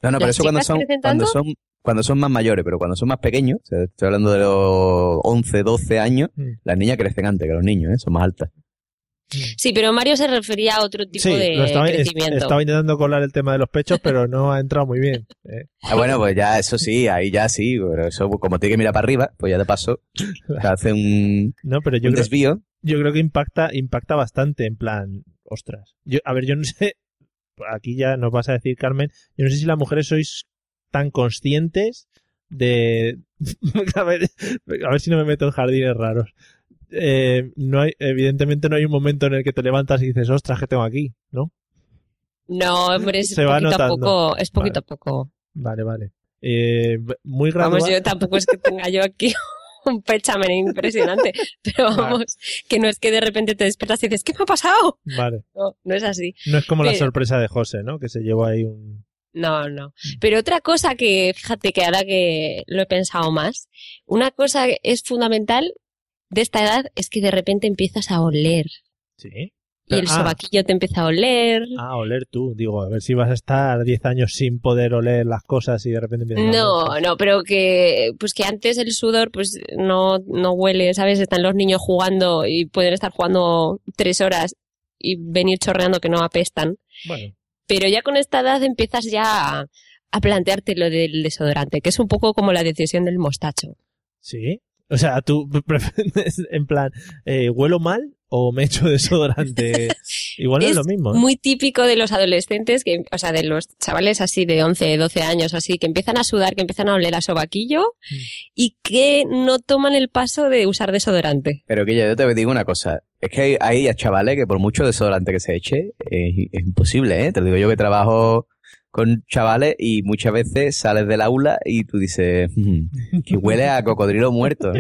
Speaker 4: No, no, pero
Speaker 2: ¿Las
Speaker 4: eso cuando
Speaker 2: chicas
Speaker 4: son,
Speaker 2: crecen
Speaker 4: cuando
Speaker 2: tanto?
Speaker 4: son cuando son más mayores, pero cuando son más pequeños, o sea, estoy hablando de los 11, 12 años,
Speaker 1: Mm.
Speaker 4: las niñas crecen antes que los niños, ¿eh? son más altas.
Speaker 2: Sí, pero Mario se refería a otro tipo
Speaker 1: Sí,
Speaker 2: de
Speaker 1: lo estaba, es-
Speaker 2: crecimiento.
Speaker 1: estaba intentando colar el tema de los pechos, pero no ha entrado muy bien. ¿eh?
Speaker 4: Ah, bueno, pues ya, eso sí, ahí ya sí, pero eso como tiene que mirar para arriba, pues ya de paso, te hace un,
Speaker 1: No, pero yo
Speaker 4: un
Speaker 1: creo,
Speaker 4: desvío.
Speaker 1: yo creo que impacta, impacta bastante, en plan, ostras. Yo, a ver, yo no sé, aquí ya nos vas a decir, Carmen, yo no sé si las mujeres sois tan conscientes de... <laughs> a, ver, a ver si no me meto en jardines raros. Eh, no hay, evidentemente no hay un momento en el que te levantas y dices, ostras, ¿qué tengo aquí? ¿No?
Speaker 2: No, hombre, es
Speaker 1: Se va
Speaker 2: poquito a
Speaker 1: notando.
Speaker 2: poco. Es poquito a poco.
Speaker 1: Vale, vale. Eh, muy gradual.
Speaker 2: Vamos, yo tampoco es que tenga yo aquí <laughs> un pechamen impresionante, pero
Speaker 1: Vale.
Speaker 2: vamos, que no es que de repente te despiertas y dices, ¿qué me ha pasado?
Speaker 1: Vale.
Speaker 2: No, no es así.
Speaker 1: No es como la
Speaker 2: Pero-
Speaker 1: sorpresa de José, ¿no? Que se llevó ahí un...
Speaker 2: No, no.
Speaker 1: Mm.
Speaker 2: Pero otra cosa que, fíjate que ahora que lo he pensado más, una cosa que es fundamental de esta edad es que de repente empiezas a oler
Speaker 1: Sí.
Speaker 2: y el
Speaker 1: Ah.
Speaker 2: sobaquillo te empieza a oler.
Speaker 1: Ah, oler tú. Digo, a ver si vas a estar 10 años sin poder oler las cosas y de repente empiezas a oler.
Speaker 2: No, no, pero que pues que antes el sudor pues no, no huele, ¿sabes? Están los niños jugando y pueden estar jugando tres horas y venir chorreando que no apestan.
Speaker 1: Bueno,
Speaker 2: Pero ya con esta edad empiezas ya a, a plantearte lo del desodorante, que es un poco como la decisión del mostacho.
Speaker 1: sí. O sea, tú <laughs> prefieres, en plan, eh, ¿huelo mal o me echo
Speaker 2: <laughs>
Speaker 1: desodorante? Igual no es,
Speaker 2: Es
Speaker 1: lo mismo. ¿eh?
Speaker 2: Muy típico de los adolescentes, que, o sea, de los chavales así de 11, 12 años, así, que empiezan a sudar, que empiezan a oler a sobaquillo y que no toman el paso de usar desodorante.
Speaker 4: Pero que yo te digo una cosa, es que hay, hay chavales que por mucho desodorante que se eche, es, es imposible, ¿eh? Te lo digo yo que trabajo con chavales y muchas veces sales del aula y tú dices, "Mm, que huele a cocodrilo muerto.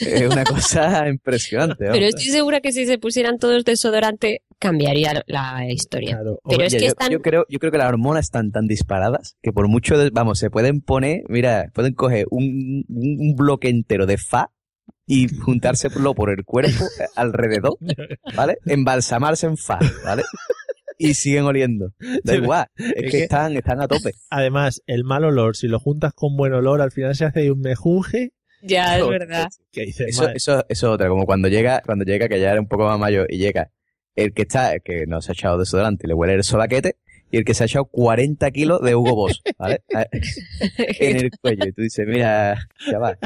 Speaker 4: es una cosa impresionante.
Speaker 2: Pero
Speaker 4: vamos.
Speaker 2: estoy segura que si se pusieran todos desodorante, cambiaría la historia. Pero
Speaker 4: Oye,
Speaker 2: es que
Speaker 4: yo,
Speaker 2: están...
Speaker 4: yo creo, yo creo que las hormonas están tan disparadas que por mucho, de- vamos, se pueden poner, mira, pueden coger un, un- un bloque entero de fa y juntárselo por el cuerpo eh, alrededor, ¿vale? Embalsamarse en fa, ¿vale? Y siguen oliendo. Da igual, es que están, están a tope.
Speaker 1: Además, el mal olor, si lo juntas con buen olor, al final se hace un mejunje.
Speaker 2: Ya,
Speaker 4: es
Speaker 2: verdad.
Speaker 1: Que dices,
Speaker 4: Eso,
Speaker 1: madre,
Speaker 4: eso, eso es otra, como cuando llega, cuando llega, que ya era un poco más mayor y llega el que está, el que no se ha echado desodorante y le huele el sobaquete, y el que se ha echado 40 kilos de Hugo Boss, ¿vale? Ah, en el cuello. Y tú dices, mira, chaval.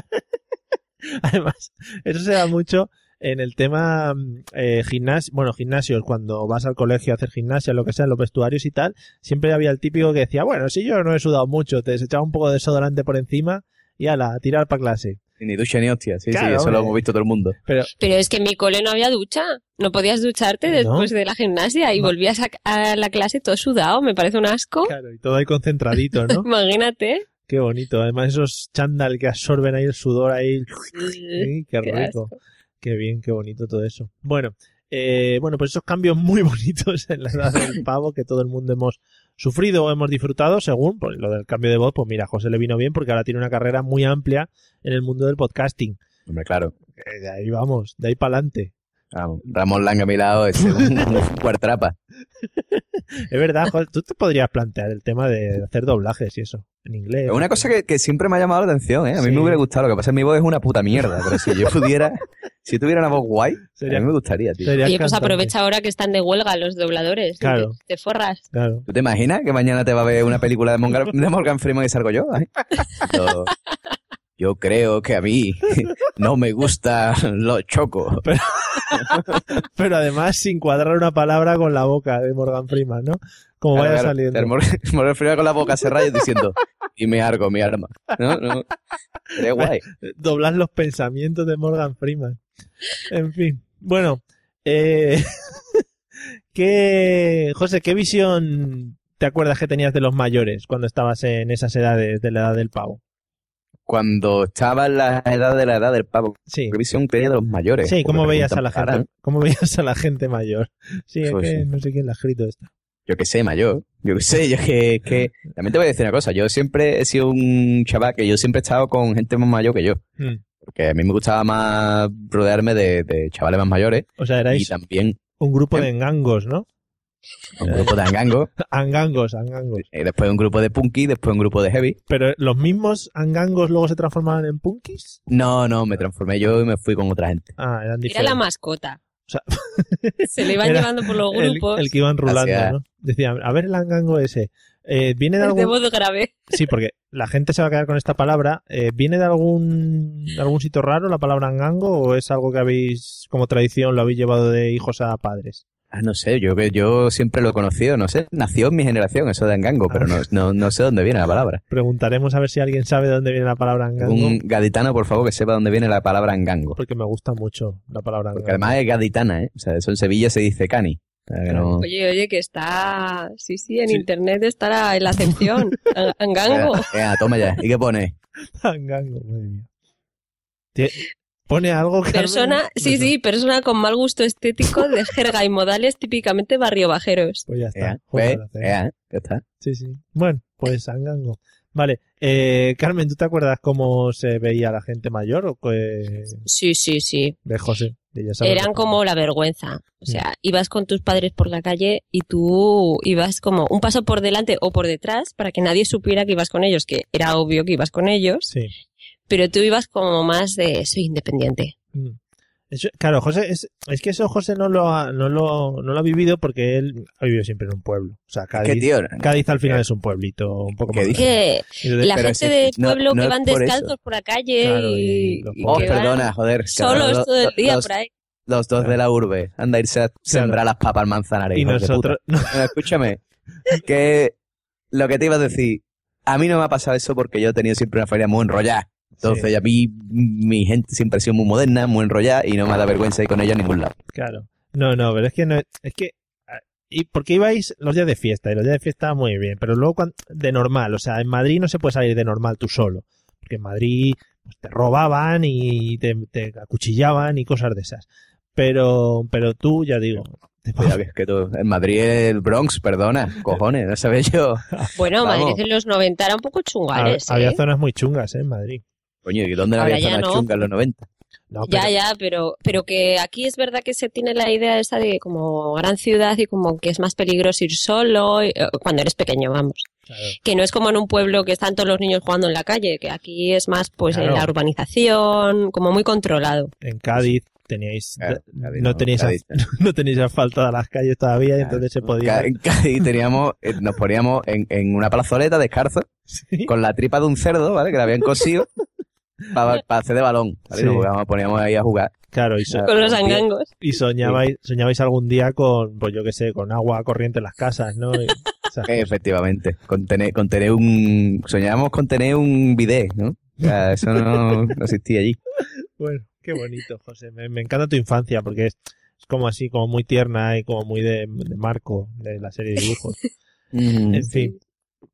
Speaker 1: Además, eso se da mucho en el tema mm, eh, gimnasio, bueno, gimnasios, cuando vas al colegio a hacer gimnasia, lo que sea, en los vestuarios y tal, siempre había el típico que decía, bueno, si yo no he sudado mucho, te echaba un poco de desodorante por encima y ala, a tirar para clase.
Speaker 4: Ni ducha ni hostia, sí,
Speaker 1: Claro,
Speaker 4: sí, eso lo
Speaker 1: hombre.
Speaker 4: hemos visto todo el mundo.
Speaker 1: Pero
Speaker 2: <laughs> Pero es que en mi cole no había ducha. No podías ducharte después de la gimnasia y volvías a, a la clase todo sudado. Me parece un asco.
Speaker 1: claro, y todo ahí concentradito,
Speaker 2: <laughs>
Speaker 1: ¿no?
Speaker 2: Imagínate.
Speaker 1: Qué bonito. Además, esos chándal que absorben ahí el sudor ahí. Sí, qué
Speaker 2: Qué
Speaker 1: rico. Qué bien, qué bonito todo eso. Bueno, eh, bueno, pues esos cambios muy <laughs> bonitos en la edad del pavo que todo el mundo hemos sufrido o hemos disfrutado, según pues, lo del cambio de voz, pues mira, a José le vino bien porque ahora tiene una carrera muy amplia en el mundo del podcasting.
Speaker 4: Hombre, claro.
Speaker 1: Eh, de ahí vamos, de ahí para adelante.
Speaker 4: Vamos, Ramón Langa a mi lado es <laughs> un, un cuartrapa.
Speaker 1: Es verdad, José, tú te podrías plantear el tema de hacer doblajes y eso, en inglés.
Speaker 4: Es una cosa que, que siempre me ha llamado la atención, ¿eh? A mí
Speaker 1: Sí.
Speaker 4: me hubiera gustado, lo que pasa es que mi voz es una puta mierda, pero si yo pudiera, <laughs> si tuviera una voz guay,
Speaker 1: Sería-
Speaker 4: a mí me gustaría, tío.
Speaker 2: Oye, pues aprovecha ahora que están de huelga los dobladores.
Speaker 4: Claro.
Speaker 2: Te, te forras.
Speaker 1: Claro.
Speaker 4: ¿Tú te imaginas que mañana te va a ver una película de Morgan, de Morgan Freeman y salgo yo? Ay, lo- Yo creo que a mí <laughs> no me gustan los chocos.
Speaker 1: Pero además sin cuadrar una palabra con la boca de Morgan Freeman, ¿no? Como
Speaker 4: Claro,
Speaker 1: vaya
Speaker 4: claro.
Speaker 1: saliendo.
Speaker 4: El Morgan, <laughs> el Morgan Freeman con la boca cerrada y diciendo, y me arco mi arma. No,
Speaker 1: <laughs>
Speaker 4: no. Sería guay.
Speaker 1: Doblar los pensamientos de Morgan Freeman. En fin. Bueno, eh, <laughs> ¿qué, José, ¿qué visión te acuerdas que tenías de los mayores cuando estabas en esas edades de la edad del pavo?
Speaker 4: Cuando estaba en la edad de la edad del pavo,
Speaker 1: sí.
Speaker 4: visión tenía de los mayores.
Speaker 1: Sí, ¿cómo
Speaker 4: Porque
Speaker 1: veías a la
Speaker 4: preguntan,
Speaker 1: gente? ¿Cómo veías a la gente mayor? Sí, es
Speaker 4: Pues
Speaker 1: que
Speaker 4: sí.
Speaker 1: no sé quién la ha escrito esta.
Speaker 4: Yo qué sé, mayor. Yo qué sé, yo que,
Speaker 1: <laughs>
Speaker 4: que... También te voy a decir una cosa. Yo siempre he sido un chaval que yo siempre he estado con gente más mayor que yo.
Speaker 1: Hmm.
Speaker 4: Porque a mí me gustaba más rodearme de, de chavales más mayores.
Speaker 1: O sea,
Speaker 4: Y
Speaker 1: erais
Speaker 4: también
Speaker 1: un grupo
Speaker 4: Em.
Speaker 1: de engangos, ¿no? <laughs>
Speaker 4: un grupo de angangos.
Speaker 1: Angangos, angangos.
Speaker 4: y después un grupo de punky, después un grupo de heavy.
Speaker 1: Pero los mismos angangos luego se transformaban en punkis.
Speaker 4: No, no, me transformé yo y me fui con otra gente.
Speaker 1: Ah, eran
Speaker 2: Era la
Speaker 1: diferentes.
Speaker 2: mascota.
Speaker 1: sea,
Speaker 2: <laughs> se le iban
Speaker 1: <laughs> Era
Speaker 2: llevando por los
Speaker 1: el-
Speaker 2: grupos.
Speaker 1: El, que iban rulando,
Speaker 4: Así es.
Speaker 1: ¿no? Decía, a ver el angango ese. Eh, ¿Viene de
Speaker 2: El de
Speaker 1: algún...?
Speaker 2: voz grave.
Speaker 1: Sí, porque la gente se va a quedar con esta palabra. Eh, ¿Viene de algún, de algún sitio raro la palabra angango o es algo que habéis, como tradición, lo habéis llevado de hijos a padres?
Speaker 4: Ah, no sé, yo que yo siempre lo he conocido, no sé, nació en mi generación eso de angango, pero no, no, no sé dónde viene la palabra.
Speaker 1: Preguntaremos a ver si alguien sabe de dónde viene la palabra angango.
Speaker 4: Un gaditano, por favor, que sepa dónde viene la palabra angango.
Speaker 1: Porque me gusta mucho la palabra
Speaker 4: Porque
Speaker 1: angango. <laughs>
Speaker 4: además es gaditana, ¿eh? O sea, eso en Sevilla se dice cani. O sea, que no-
Speaker 2: Oye, oye, que está. Sí, sí, en internet estará en
Speaker 1: <laughs>
Speaker 2: la acepción. Ang- Angango.
Speaker 4: Ea, ea, toma ya. ¿Y qué pone?
Speaker 1: Angango, madre mía. Tie- Pone algo que... <laughs>
Speaker 2: Persona, sí, sí, persona con mal gusto estético, de jerga y modales típicamente barrio bajeros.
Speaker 1: Pues ya está.
Speaker 4: Ea,
Speaker 1: Joder,
Speaker 4: pues,
Speaker 1: hacer.
Speaker 4: ea, ya está.
Speaker 1: Sí, sí. Bueno, pues angango. Vale, eh, Carmen, ¿tú te acuerdas cómo se veía la gente mayor o que-
Speaker 2: Sí, sí, sí.
Speaker 1: de José? De ella sabe Mm.
Speaker 2: Eran
Speaker 1: lo que-
Speaker 2: como la vergüenza. O sea, ibas con tus padres por la calle y tú ibas como un paso por delante o por detrás para que nadie supiera que ibas con ellos, que era obvio que ibas con ellos,
Speaker 1: Sí.
Speaker 2: pero tú ibas como más de soy independiente.
Speaker 1: Mm. Eso- claro, José, es, es que eso José no lo, ha, no, lo, no lo ha vivido porque él ha vivido siempre en un pueblo. O sea, Cádiz,
Speaker 4: ¿Qué tío?
Speaker 1: Cádiz al final es un pueblito un poco más
Speaker 4: dices?
Speaker 1: grande.
Speaker 2: Que la
Speaker 1: Pero
Speaker 2: gente
Speaker 1: es-
Speaker 2: de
Speaker 1: no-
Speaker 2: pueblo
Speaker 1: no
Speaker 2: que
Speaker 1: es
Speaker 2: van
Speaker 1: por eso.
Speaker 2: descalzos por la calle
Speaker 1: Claro,
Speaker 2: y, y
Speaker 4: Oh,
Speaker 2: que van
Speaker 4: perdona, joder. que
Speaker 2: solos
Speaker 4: los-
Speaker 2: todo el día
Speaker 4: los-
Speaker 2: por ahí.
Speaker 4: Los dos de la urbe. Anda a irse a sembrar las papas al manzanares.
Speaker 1: Y
Speaker 4: hijos de puta.
Speaker 1: nosotros- no.
Speaker 4: Bueno, escúchame. Que lo que te iba a decir. A mí no me ha pasado eso porque yo he tenido siempre una familia muy enrollada. Entonces, a mí, mi gente siempre ha sido muy moderna, muy enrollada y no me da vergüenza ir con ella a ningún lado.
Speaker 1: Claro. No, no, pero es que no es es que ah, y porque ibais los días de fiesta y los días de fiesta muy bien, pero luego cuan- de normal, o sea, en Madrid no se puede salir de normal tú solo, porque en Madrid pues, te robaban y te, te acuchillaban y cosas de esas. Pero pero tú ya digo,
Speaker 4: Cuidado, que es que tú, en Madrid, el Bronx, perdona, cojones, no sabes yo.
Speaker 2: Bueno,
Speaker 4: Vamos.
Speaker 2: Madrid en los 90 era un poco
Speaker 1: hab-
Speaker 2: chungales.
Speaker 1: había
Speaker 2: ¿eh?
Speaker 1: zonas muy chungas ¿eh? en Madrid.
Speaker 4: Coño, ¿y dónde
Speaker 2: Ahora
Speaker 4: había
Speaker 2: ya
Speaker 4: zonas
Speaker 2: no.
Speaker 4: chungas en los 90?
Speaker 1: No,
Speaker 2: Ya, ya, pero, pero que aquí es verdad que se tiene la idea esa de como gran ciudad y como que es más peligroso ir solo y- eh, cuando eres pequeño, vamos. Que no es como en un pueblo que están todos los niños jugando en la calle, que aquí es más pues en
Speaker 1: Claro.
Speaker 2: la urbanización, como muy controlado.
Speaker 1: En Cádiz teníais
Speaker 4: Cádiz
Speaker 1: no
Speaker 4: no,
Speaker 1: teníais
Speaker 4: Cádiz
Speaker 1: a- <laughs> no teníais asfaltadas las calles todavía y entonces se podía <laughs>
Speaker 4: Ca- En Cádiz teníamos, eh, nos poníamos en, en una plazoleta descalzo, con la tripa de un cerdo, ¿vale? Que la habían cosido para hacer de balón, ¿vale? Y
Speaker 1: Sí.
Speaker 4: Nos jugábamos- poníamos ahí a jugar.
Speaker 1: Claro, y so- Con los angangos. Y soñabais, soñabais algún día con, pues yo qué sé, con agua corriente en las casas, ¿no? Y- o sea,
Speaker 4: <laughs> Eh, Efectivamente, con tener, con tener un... Soñábamos con tener un bidet, ¿no? O sea, eso no, no existía allí.
Speaker 1: bueno, qué bonito, José. Me, me encanta tu infancia porque es, es como así, como muy tierna y como muy de, de marco de la serie de
Speaker 4: <laughs>
Speaker 1: dibujos.
Speaker 4: Mm.
Speaker 1: en fin.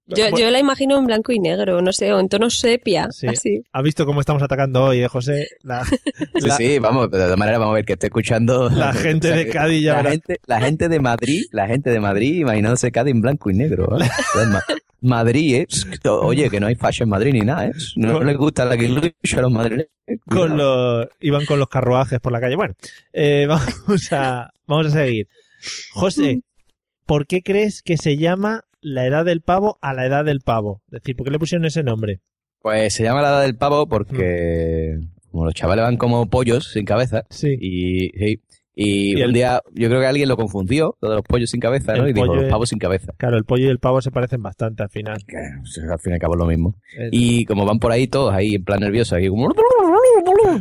Speaker 2: Yo, yo la imagino en blanco y negro, no sé, o en tono sepia,
Speaker 1: Sí.
Speaker 2: así. <laughs>
Speaker 1: ¿Has visto cómo estamos atacando hoy, eh, José? La-
Speaker 4: <laughs> Sí,
Speaker 1: la-
Speaker 4: sí, vamos, pero de todas maneras vamos a ver que esté escuchando...
Speaker 1: La gente
Speaker 4: <laughs>
Speaker 1: de Cádiz ya
Speaker 4: la
Speaker 1: verá.
Speaker 4: gente, la gente de Madrid, la gente de Madrid imaginándose Cádiz en blanco y negro. ¿eh? Joder, Ma- Madrid, ¿eh? Oye, que no hay fashion en Madrid ni nada, ¿eh? No, les gusta la que a los madrileños.
Speaker 1: con los, iban con los carruajes por la calle. Bueno, eh, <laughs> vamos, a, vamos a seguir. José, ¿por qué crees que se llama la edad del pavo a la edad del pavo? Es decir, ¿por qué le pusieron ese nombre?
Speaker 4: Pues se llama la edad del pavo porque como los chavales van como pollos sin cabeza
Speaker 1: sí.
Speaker 4: y sí, Y,
Speaker 1: Y el-
Speaker 4: un día, yo creo que alguien lo confundió, lo de los pollos sin cabeza, ¿no?
Speaker 1: El
Speaker 4: Y dijo,
Speaker 1: pollo
Speaker 4: los
Speaker 1: es-
Speaker 4: pavos sin cabeza.
Speaker 1: Claro, el pollo y el pavo se parecen bastante al final.
Speaker 4: Pues, al fin y al cabo es lo mismo.
Speaker 1: Eh,
Speaker 4: Y como van por ahí todos, ahí en plan nervioso, aquí como...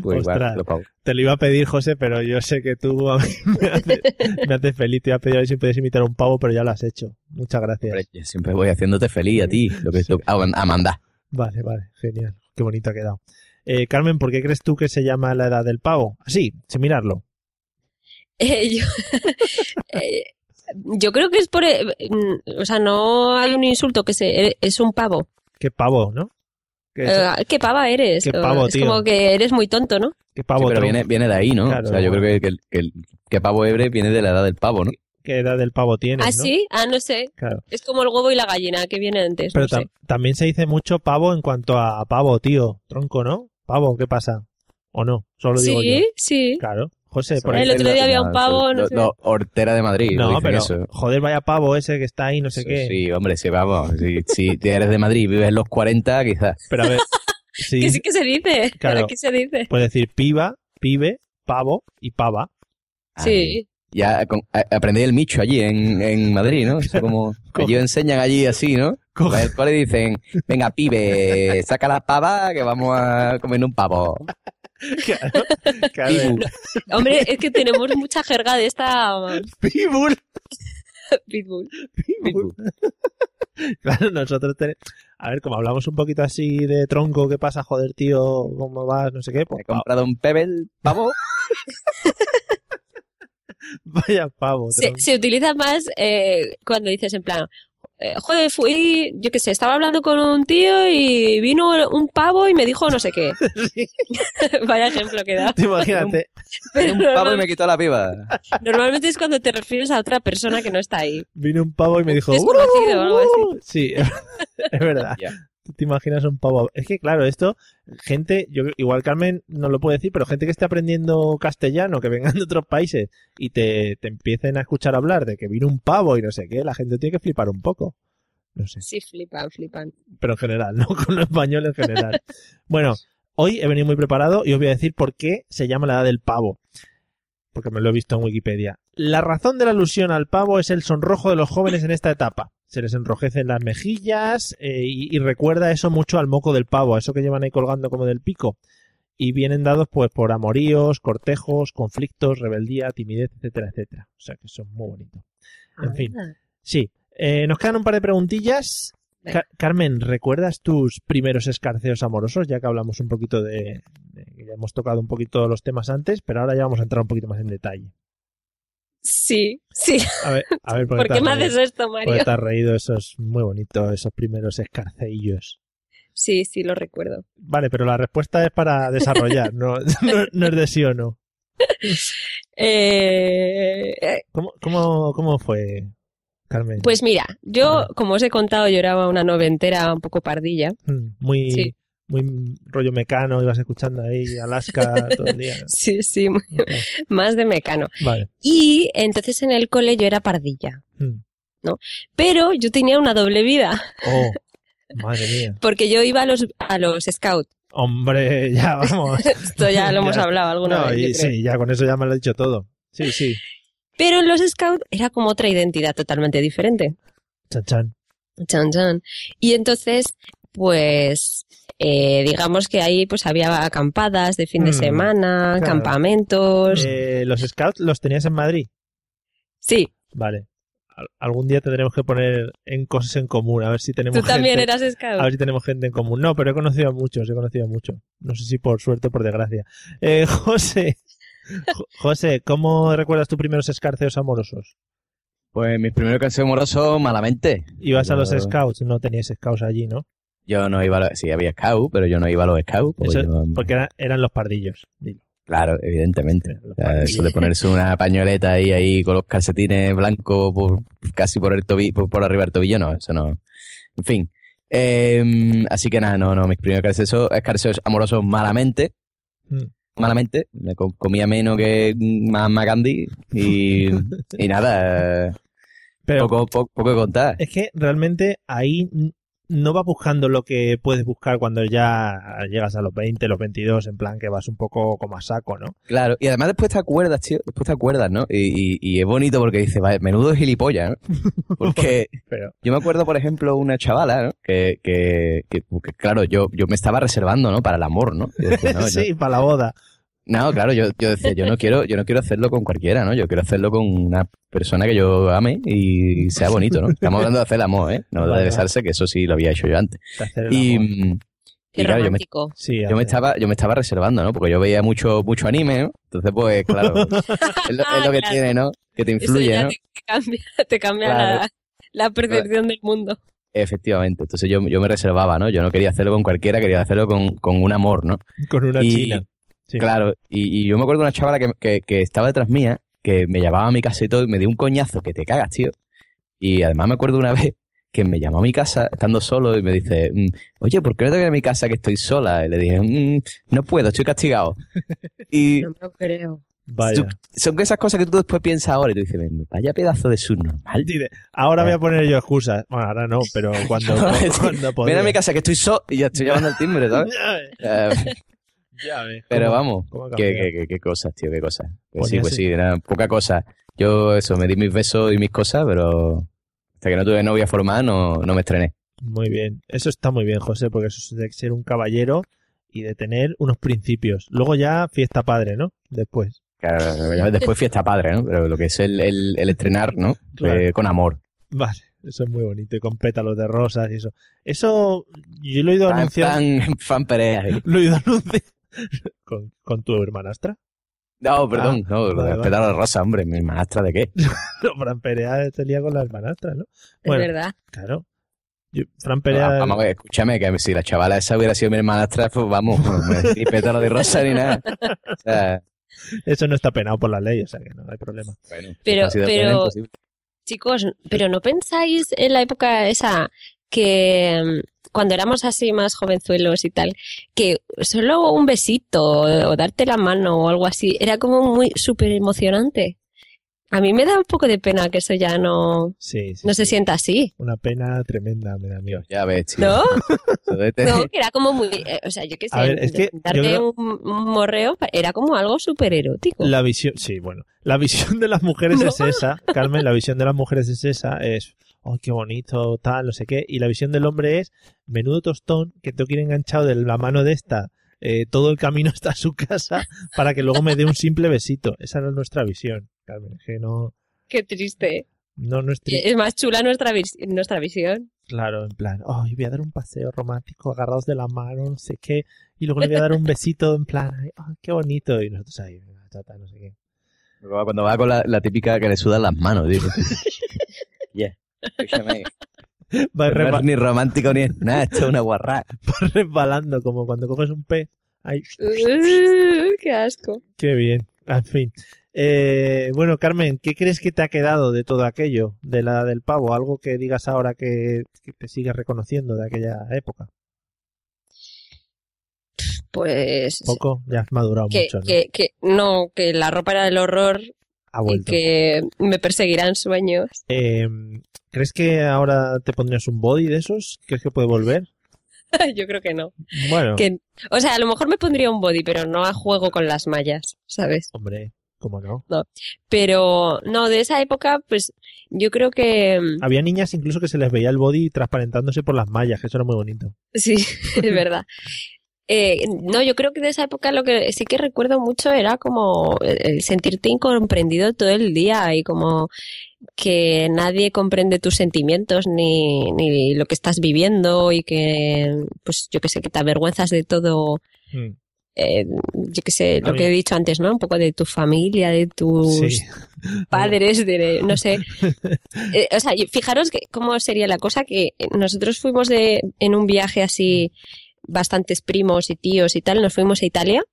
Speaker 4: Pues igual,
Speaker 1: Ostras.
Speaker 4: los pavos.
Speaker 1: Te lo iba a pedir, José, pero yo sé que tú a mí <laughs> me haces, me haces feliz. Te iba a pedir a ver si puedes imitar un pavo, pero ya lo has hecho. Muchas gracias.
Speaker 4: Hombre, yo siempre voy haciéndote feliz a ti, lo que tú- a, a mandar.
Speaker 1: Vale, vale, genial. Qué bonito ha quedado. Eh, Carmen, ¿por qué crees tú que se llama la edad del pavo? Así, sin mirarlo.
Speaker 2: Eh, yo, <laughs> eh, yo creo que es por. eh, mm, o sea, no hay un insulto que se. eh, Es un pavo.
Speaker 1: Qué pavo, ¿no? Que es-
Speaker 2: Eh, ¿Qué pava eres?
Speaker 1: Qué pavo,
Speaker 2: es
Speaker 1: tío.
Speaker 2: como que eres muy tonto, ¿no?
Speaker 1: qué pavo
Speaker 4: Sí, pero
Speaker 1: tronco.
Speaker 4: viene, viene de ahí, ¿no?
Speaker 1: Claro,
Speaker 4: o sea, yo
Speaker 1: bueno.
Speaker 4: creo que, el- que el que pavo hebre viene de la edad del pavo, ¿no?
Speaker 1: ¿Qué edad del pavo tienes?
Speaker 2: ¿Ah,
Speaker 1: no?
Speaker 2: sí? Ah, no sé.
Speaker 1: Claro.
Speaker 2: Es como el huevo y la gallina que viene antes.
Speaker 1: Pero
Speaker 2: no sé.
Speaker 1: tam- también se dice mucho pavo en cuanto a pavo, tío. Tronco, ¿no? Pavo, ¿qué pasa? ¿O no? Solo digo yo.
Speaker 2: Sí, sí.
Speaker 1: Claro. José,
Speaker 2: El
Speaker 1: ahí-
Speaker 2: otro día había un pavo, no
Speaker 4: Lo-
Speaker 2: sé.
Speaker 4: lo- Hortera de Madrid.
Speaker 1: No,
Speaker 4: dicen
Speaker 1: pero
Speaker 4: eso.
Speaker 1: joder, vaya pavo ese que está ahí, no sé qué.
Speaker 4: Sí, hombre, sí, vamos. Si eres de Madrid y vives en los 40, quizás.
Speaker 1: Pero a
Speaker 2: <laughs>
Speaker 1: ver, sí,
Speaker 2: Que sí que se dice. <laughs>
Speaker 1: Claro.
Speaker 2: Aquí se dice.
Speaker 1: puedes decir piba, pibe, pavo y pava. <laughs>
Speaker 2: Sí.
Speaker 4: Ya con- a- aprendí el micho allí en, en Madrid, ¿no? Eso
Speaker 1: <laughs>
Speaker 4: como que ellos enseñan allí así, ¿no? Coge. el cole y dicen, venga, pibe, saca la pava que vamos a comer un pavo. Pibu.
Speaker 2: Hombre, es que tenemos mucha jerga de esta. <laughs>
Speaker 1: Pitbull.
Speaker 2: Pitbull.
Speaker 1: <laughs> Claro, nosotros tenemos... A ver, como hablamos un poquito así de tronco, ¿qué pasa? Joder, tío, ¿cómo vas? No sé qué. Pues,
Speaker 4: <laughs>
Speaker 1: <laughs>
Speaker 4: He comprado un pebble, pavo.
Speaker 1: Vaya pavo.
Speaker 2: Se,
Speaker 1: tronco.
Speaker 2: se utiliza más eh, cuando dices en plan. eh, joder, fui, yo qué sé, estaba hablando con un tío y vino un pavo y me dijo no sé
Speaker 1: <laughs>
Speaker 2: qué. <laughs> Vaya ejemplo que da.
Speaker 1: Te Imagínate.
Speaker 2: Pero
Speaker 4: Un pavo y me quitó la piba.
Speaker 2: Normalmente es cuando te refieres a otra persona que no está ahí.
Speaker 1: Vino un pavo y me dijo... "Uh".
Speaker 2: Desconocido o algo así.
Speaker 1: Sí, <laughs> es verdad. Tú te imaginas un pavo. Es que claro, esto, gente, yo igual Carmen no lo puede decir, pero gente que esté aprendiendo castellano, que vengan de otros países y te, te empiecen a escuchar hablar de que vino un pavo y no sé qué, la gente tiene que flipar un poco. No sé,
Speaker 2: Sí, flipan, flipan.
Speaker 1: pero en general, <laughs> no con los españoles en general. Bueno, hoy he venido muy preparado y os voy a decir por qué se llama la edad del pavo. Porque me lo he visto en Wikipedia. La razón de la alusión al pavo es el sonrojo de los jóvenes en esta etapa. Se les enrojecen las mejillas eh, y, y recuerda eso mucho al moco del pavo, a eso que llevan ahí colgando como del pico. Y vienen dados pues por amoríos, cortejos, conflictos, rebeldía, timidez, etcétera, etcétera. O sea que son muy bonitos. En fin, sí. Eh, nos quedan un par de preguntillas.
Speaker 2: Venga.
Speaker 1: Ca- Carmen, ¿recuerdas tus primeros escarceos amorosos? Ya que hablamos un poquito de, de- ya hemos tocado un poquito los temas antes, pero ahora ya vamos a entrar un poquito más en detalle.
Speaker 2: Sí, sí.
Speaker 1: A ver, a
Speaker 2: <laughs>
Speaker 1: ver,
Speaker 2: ¿Por
Speaker 1: te
Speaker 2: qué
Speaker 1: has
Speaker 2: me
Speaker 1: reído?
Speaker 2: haces esto,
Speaker 1: Porque
Speaker 2: Mario?
Speaker 1: te has reído, eso es muy bonito, esos primeros escarceillos.
Speaker 2: Sí, sí, lo recuerdo.
Speaker 1: Vale, pero la respuesta es para desarrollar, no, <laughs> no, no es de sí o no.
Speaker 2: Eh, eh,
Speaker 1: ¿Cómo, cómo, cómo fue, Carmen?
Speaker 2: pues mira, yo, como os he contado, lloraba una noventera un poco pardilla.
Speaker 1: Mm, muy,
Speaker 2: sí.
Speaker 1: muy rollo mecano, ibas escuchando ahí
Speaker 2: <laughs>
Speaker 1: Alaska todo el día.
Speaker 2: Sí, sí, <laughs> muy- más de mecano.
Speaker 1: Vale.
Speaker 2: Y entonces en el cole yo era pardilla,
Speaker 1: Mm.
Speaker 2: ¿no? Pero yo tenía una doble vida,
Speaker 1: Oh, madre mía.
Speaker 2: porque yo iba a los, a los scouts.
Speaker 1: Hombre, <laughs> ya
Speaker 2: <laughs>
Speaker 1: vamos.
Speaker 2: Esto
Speaker 1: <laughs>
Speaker 2: ya lo hemos
Speaker 1: Ya.
Speaker 2: hablado alguna
Speaker 1: No,
Speaker 2: vez.
Speaker 1: y
Speaker 2: yo creo.
Speaker 1: sí, ya con eso ya me lo he dicho todo. Sí, sí.
Speaker 2: Pero en los scouts era como otra identidad totalmente diferente.
Speaker 1: Chan, chan.
Speaker 2: Chan, chan. Y entonces, pues, eh, digamos que ahí pues había acampadas de fin de
Speaker 1: Mm,
Speaker 2: semana,
Speaker 1: claro.
Speaker 2: campamentos.
Speaker 1: Eh, los scouts los tenías en Madrid.
Speaker 2: Sí,
Speaker 1: Vale. Al- Algún día tendremos que poner en cosas en común, a ver si tenemos
Speaker 2: tú también
Speaker 1: gente,
Speaker 2: eras
Speaker 1: a ver
Speaker 2: scout.
Speaker 1: si tenemos gente en común. No, pero he conocido a muchos, he conocido a muchos. No sé si por suerte o por desgracia. Eh, <laughs> José, Jo- José, ¿cómo recuerdas tus primeros escarceos amorosos?
Speaker 4: Pues mis primeros canciones amorosos, malamente.
Speaker 1: Ibas a los
Speaker 4: Yo-
Speaker 1: scouts, no tenías scouts allí, ¿no?
Speaker 4: Yo no iba a los... Sí, había scout, pero yo no iba a los scouts. porque
Speaker 1: Eso-
Speaker 4: yo-
Speaker 1: porque era- eran los pardillos. Dilo.
Speaker 4: Claro, evidentemente. O
Speaker 1: <laughs>
Speaker 4: sea, eso de Eh, ponerse una pañoleta ahí, ahí con los calcetines blancos por, casi por el tobillo, por, por arriba del tobillo, no, eso no. En fin. Eh, así que nada, no, no, mis primeros escarceos, escarceos amorosos malamente.
Speaker 1: Mm.
Speaker 4: Malamente. Me co- comía menos que Mahatma Gandhi y, y nada. eh,
Speaker 1: <laughs> Pero-
Speaker 4: poco, poco, poco que contar.
Speaker 1: Es que realmente ahí n- no vas buscando lo que puedes buscar cuando ya llegas a los 20, los 22, en plan que vas un poco como a saco, ¿no? <laughs>
Speaker 4: Claro, y además después te acuerdas, tío, después te acuerdas, ¿no? Y, y- y es bonito porque dices, vale, menudo
Speaker 1: <laughs>
Speaker 4: gilipollas, ¿no? Porque
Speaker 1: Pero-
Speaker 4: yo me acuerdo, por ejemplo, una chavala, ¿no? Que, que, que- que, claro, yo, yo me estaba reservando, ¿no? Para el amor, ¿no?
Speaker 1: <laughs>
Speaker 4: Yo decía, no, yo-
Speaker 1: sí, para la boda.
Speaker 4: No, claro, yo, yo decía, yo no quiero, yo no quiero hacerlo con cualquiera, ¿no? Yo quiero hacerlo con una persona que yo ame y sea bonito, ¿no? Estamos hablando de hacer el amor, ¿eh? No
Speaker 1: Vale.
Speaker 4: de besarse, que eso sí lo había hecho yo antes. Y, mm, y claro, yo me, yo me estaba, yo me estaba reservando, ¿no? Porque yo veía mucho, mucho anime, ¿no? Entonces, pues,
Speaker 1: <laughs>
Speaker 4: claro, es lo, es lo que
Speaker 2: Ah, Claro.
Speaker 4: tiene, ¿no? Que te
Speaker 2: Eso
Speaker 4: influye,
Speaker 2: ya
Speaker 4: ¿no?
Speaker 2: te cambia, te cambia
Speaker 4: Claro.
Speaker 2: la, la percepción del mundo.
Speaker 4: Efectivamente. Entonces yo, yo me reservaba, ¿no? Yo no quería hacerlo con cualquiera, quería hacerlo con, con un amor, ¿no?
Speaker 1: Con una
Speaker 4: Y-
Speaker 1: china.
Speaker 4: Claro, y, y yo me acuerdo de una chavala que, que, que estaba detrás mía, que me llamaba a mi casa y todo, y me dio un coñazo que te cagas, tío. Y además me acuerdo una <laughs> vez que me llamó a mi casa estando solo y me dice, mm, oye, ¿por qué no te vienes a mi casa que estoy sola? Y le dije, "Mm, no puedo, estoy castigado. Y
Speaker 2: No creo.
Speaker 4: tú- son esas cosas que tú después piensas ahora y tú dices, vaya pedazo
Speaker 1: <laughs>
Speaker 4: de subnormal.
Speaker 1: Dice, ahora voy a poner yo excusas. Bueno, ahora no,
Speaker 4: <laughs>
Speaker 1: pero cuando, <laughs> cuando
Speaker 4: Ven a mi
Speaker 1: podía.
Speaker 4: casa que estoy solo y ya estoy llamando al
Speaker 1: <laughs>
Speaker 4: timbre, ¿sabes? Eh,
Speaker 1: Ya ves,
Speaker 4: Pero
Speaker 1: cómo-
Speaker 4: vamos,
Speaker 1: cómo ha
Speaker 4: qué,
Speaker 1: cambiado.
Speaker 4: qué- qué- qué cosas, tío, qué cosas. Pues
Speaker 1: Pues
Speaker 4: sí,
Speaker 1: ya
Speaker 4: pues
Speaker 1: sé.
Speaker 4: sí, era poca cosa. Yo, eso, me di mis besos y mis cosas, pero hasta que no tuve novia formada no, no me estrené.
Speaker 1: Muy bien. Eso está muy bien, José, porque eso es de ser un caballero y de tener unos principios. Luego ya fiesta padre, ¿no? Después.
Speaker 4: Claro, ya después fiesta padre, ¿no? Pero lo que es el, el- el estrenar, ¿no?
Speaker 1: Claro.
Speaker 4: Eh, con amor.
Speaker 1: Vale, eso es muy bonito y con pétalos de rosas y eso. Eso yo lo he ido
Speaker 4: Fan,
Speaker 1: anunciando.
Speaker 4: <laughs> fan, fan Perea.
Speaker 1: <laughs> Lo he ido anunciando. ¿Con, con tu hermanastra? <laughs>
Speaker 4: No, perdón,
Speaker 1: Ah,
Speaker 4: no, lo
Speaker 1: vale,
Speaker 4: de
Speaker 1: vale.
Speaker 4: Pedro de Rosa, hombre, mi maestra de qué.
Speaker 1: No, Fran Perea se lía con la hermanastra, ¿no?
Speaker 2: verdad.
Speaker 1: Claro. Yo- Fran Perea.
Speaker 4: Ah, vamos a ver, escúchame, que si la chavala esa hubiera sido mi hermanastra, pues vamos,
Speaker 1: <laughs>
Speaker 4: ni pétalo de rosa ni nada. O sea,
Speaker 1: Eso no está penado por la ley, o sea que no hay problema.
Speaker 2: Pero,
Speaker 1: así de
Speaker 2: pero,
Speaker 1: bueno, imposible.
Speaker 2: chicos, pero ¿no pensáis en la época esa que mm, cuando éramos así más jovenzuelos y tal, que solo un besito o, o darte la mano o algo así era como muy súper emocionante? A mí me da un poco de pena que eso ya no,
Speaker 1: Sí, sí.
Speaker 2: no se sienta así.
Speaker 1: Una pena tremenda, me da miedo.
Speaker 4: Ya ves, tío.
Speaker 1: <laughs>
Speaker 2: ¿No?
Speaker 4: Joder, te-
Speaker 2: No, que era como muy, eh, o sea, yo qué sé,
Speaker 1: A ver, es que yo
Speaker 2: darte
Speaker 1: creo-
Speaker 2: un, un morreo pa- era como algo súper erótico.
Speaker 1: La visión, sí, bueno, la visión de las
Speaker 4: <laughs>
Speaker 1: mujeres es esa, Carmen, la visión de las mujeres es esa, es, oh, qué bonito, tal, no sé qué, y la visión del hombre es, menudo tostón, que tengo que ir enganchado de la mano de esta eh, todo el camino hasta su casa para que luego me dé un simple besito. Esa no es nuestra visión, Carmen, que no,
Speaker 2: Qué triste.
Speaker 1: no, no es
Speaker 4: Eh.
Speaker 1: triste.
Speaker 2: Es más chula nuestra, vis- nuestra visión.
Speaker 1: Claro, en plan, oh, voy a dar un paseo romántico, agarrados de la mano, no sé qué, y luego le voy a dar un besito, en plan, ay, oh, qué bonito, y nosotros ahí, venga, chata, no sé qué.
Speaker 4: Cuando va con la, la típica que le sudan las manos, <laughs> tío. yeah.
Speaker 1: Va
Speaker 4: No
Speaker 1: repa-
Speaker 4: es ni romántico ni es nada, esto es una guarra.
Speaker 1: Va <laughs> resbalando, como cuando coges un pez. Ay, <laughs>
Speaker 2: Uh, qué asco.
Speaker 1: qué bien. En fin. Eh, bueno, Carmen, ¿qué crees que te ha quedado de todo aquello? De la del pavo, algo que digas ahora que, que te sigues reconociendo de aquella época.
Speaker 2: Pues
Speaker 1: Poco, ya has madurado
Speaker 2: que,
Speaker 1: mucho. ¿no?
Speaker 2: que, que no, que la ropa era el horror
Speaker 1: Ha
Speaker 2: y
Speaker 1: vuelto.
Speaker 2: que me perseguirán sueños. <laughs>
Speaker 1: Eh, ¿Crees que ahora te pondrías un body de esos? ¿Crees que puede volver?
Speaker 2: Yo creo que no.
Speaker 1: Bueno,
Speaker 2: Que, o sea, a lo mejor me pondría un body, pero no a juego con las mallas, ¿sabes?
Speaker 1: hombre, ¿cómo no?
Speaker 2: No. Pero no, de esa época, pues yo creo que mm,
Speaker 1: Había niñas incluso que se les veía el body transparentándose por las mallas, que eso era muy bonito.
Speaker 2: Sí, <laughs> es verdad. Eh, no, yo creo que de esa época lo que sí que recuerdo mucho era como el sentirte incomprendido todo el día y como que nadie comprende tus sentimientos ni, ni lo que estás viviendo y que, pues yo que sé, que te avergüenzas de todo,
Speaker 1: Mm.
Speaker 2: eh, yo que sé,
Speaker 1: A
Speaker 2: lo
Speaker 1: mí-
Speaker 2: que he dicho antes, ¿no? Un poco de tu familia, de tus
Speaker 1: Sí.
Speaker 2: <laughs> padres de
Speaker 1: <laughs>
Speaker 2: no sé Eh, o sea yo- fijaros que, cómo sería la cosa que nosotros fuimos de en un viaje así bastantes primos y tíos y tal nos fuimos a Italia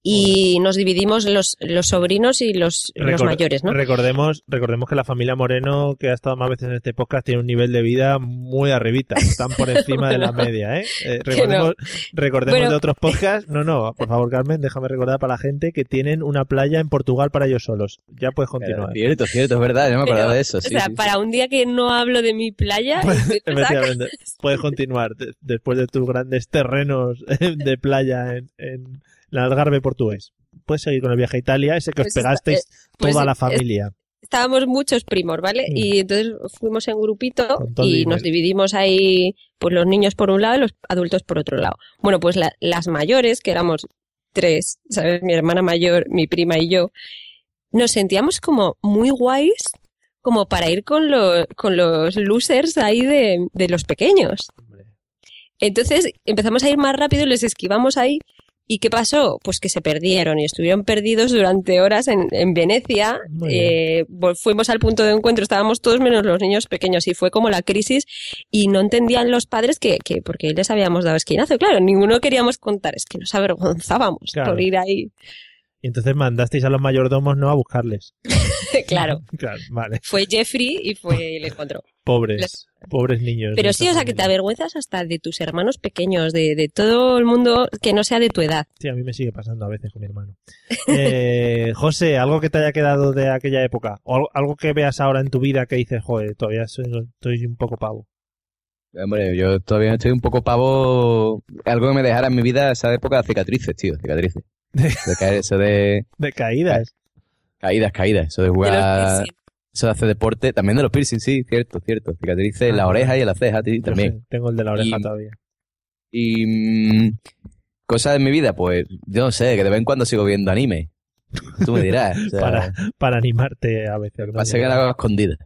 Speaker 2: y nos dividimos los, los sobrinos y los, los
Speaker 1: Recor-
Speaker 2: mayores, ¿no?
Speaker 1: Recordemos, recordemos que la familia Moreno, que ha estado más veces en este podcast, tiene un nivel de vida muy arribita. Están
Speaker 2: <laughs>
Speaker 1: por encima de la
Speaker 2: Bueno.
Speaker 1: media, ¿eh? Eh,
Speaker 2: Que
Speaker 1: recordemos
Speaker 2: no.
Speaker 1: recordemos
Speaker 2: Pero-
Speaker 1: de otros podcasts. No, no, por favor, Carmen, déjame recordar para la gente que tienen una playa en Portugal para ellos solos. Ya puedes continuar.
Speaker 4: Cierto, cierto, es verdad, yo me acordaba de eso.
Speaker 2: o sea, para un día que no hablo de mi playa, <laughs>
Speaker 1: Efectivamente, puedes continuar de- después de tus grandes terrenos <laughs> de playa en, en el Algarve portugués. Puedes seguir con el viaje a Italia, ese que os
Speaker 2: Pues está-
Speaker 1: pegasteis
Speaker 2: eh, pues
Speaker 1: toda la
Speaker 2: es-
Speaker 1: familia.
Speaker 2: estábamos muchos primos, ¿vale? Y entonces fuimos en grupito
Speaker 1: Con todo el
Speaker 2: y
Speaker 1: dinero.
Speaker 2: nos dividimos ahí, pues los niños por un lado y los adultos por otro lado. Bueno, pues la- las mayores, que éramos tres, ¿sabes? Mi hermana mayor, mi prima y yo, nos sentíamos como muy guays, como para ir con, los con los losers ahí de, de los pequeños. Entonces empezamos a ir más rápido, les esquivamos ahí. ¿Y qué pasó? Pues que se perdieron y estuvieron perdidos durante horas en, en Venecia.
Speaker 8: Muy bien.
Speaker 2: Eh, vol- fuimos al punto de encuentro, estábamos todos menos los niños pequeños y fue como la crisis y no entendían los padres que, que porque les habíamos dado esquinazo. Claro, ninguno queríamos contar, es que nos avergonzábamos
Speaker 1: Claro.
Speaker 2: por ir ahí. <laughs>
Speaker 1: Y entonces mandasteis a los mayordomos no a buscarles.
Speaker 2: claro,
Speaker 1: <laughs> Claro, vale.
Speaker 2: fue Jeffrey
Speaker 1: <laughs>
Speaker 2: y fue el encuentro.
Speaker 1: Pobres, pobres niños.
Speaker 2: Pero sí, o sea, que te avergüenzas hasta de tus hermanos pequeños, de, de todo el mundo que no sea de tu edad.
Speaker 1: Sí, a mí me sigue pasando a veces con mi
Speaker 2: <laughs>
Speaker 1: hermano. Eh, José, algo que te haya quedado de aquella época, o al- algo que veas ahora en tu vida que dices, joder, todavía soy, estoy un poco pavo.
Speaker 4: Hombre, yo todavía estoy un poco pavo. Algo que me dejara en mi vida esa época, cicatrices, tío, <laughs> cicatrices. De caer, eso de.
Speaker 1: De caídas.
Speaker 4: Caídas, caídas. Eso de
Speaker 1: Pues
Speaker 4: jugar. eso de hacer deporte. También de los piercings, sí, cierto, cierto. Cicatrices
Speaker 2: Ah.
Speaker 4: en la oreja y en la ceja, tío, también.
Speaker 1: Tengo el de la oreja
Speaker 4: Y-
Speaker 1: todavía.
Speaker 4: Y. mm, cosas de mi vida, pues. Yo no sé, que de vez en cuando sigo viendo anime. Tú me dirás. o sea,
Speaker 1: para, para animarte a veces. ¿no?
Speaker 4: Pasa que ahora
Speaker 1: <laughs>
Speaker 4: hago escondida.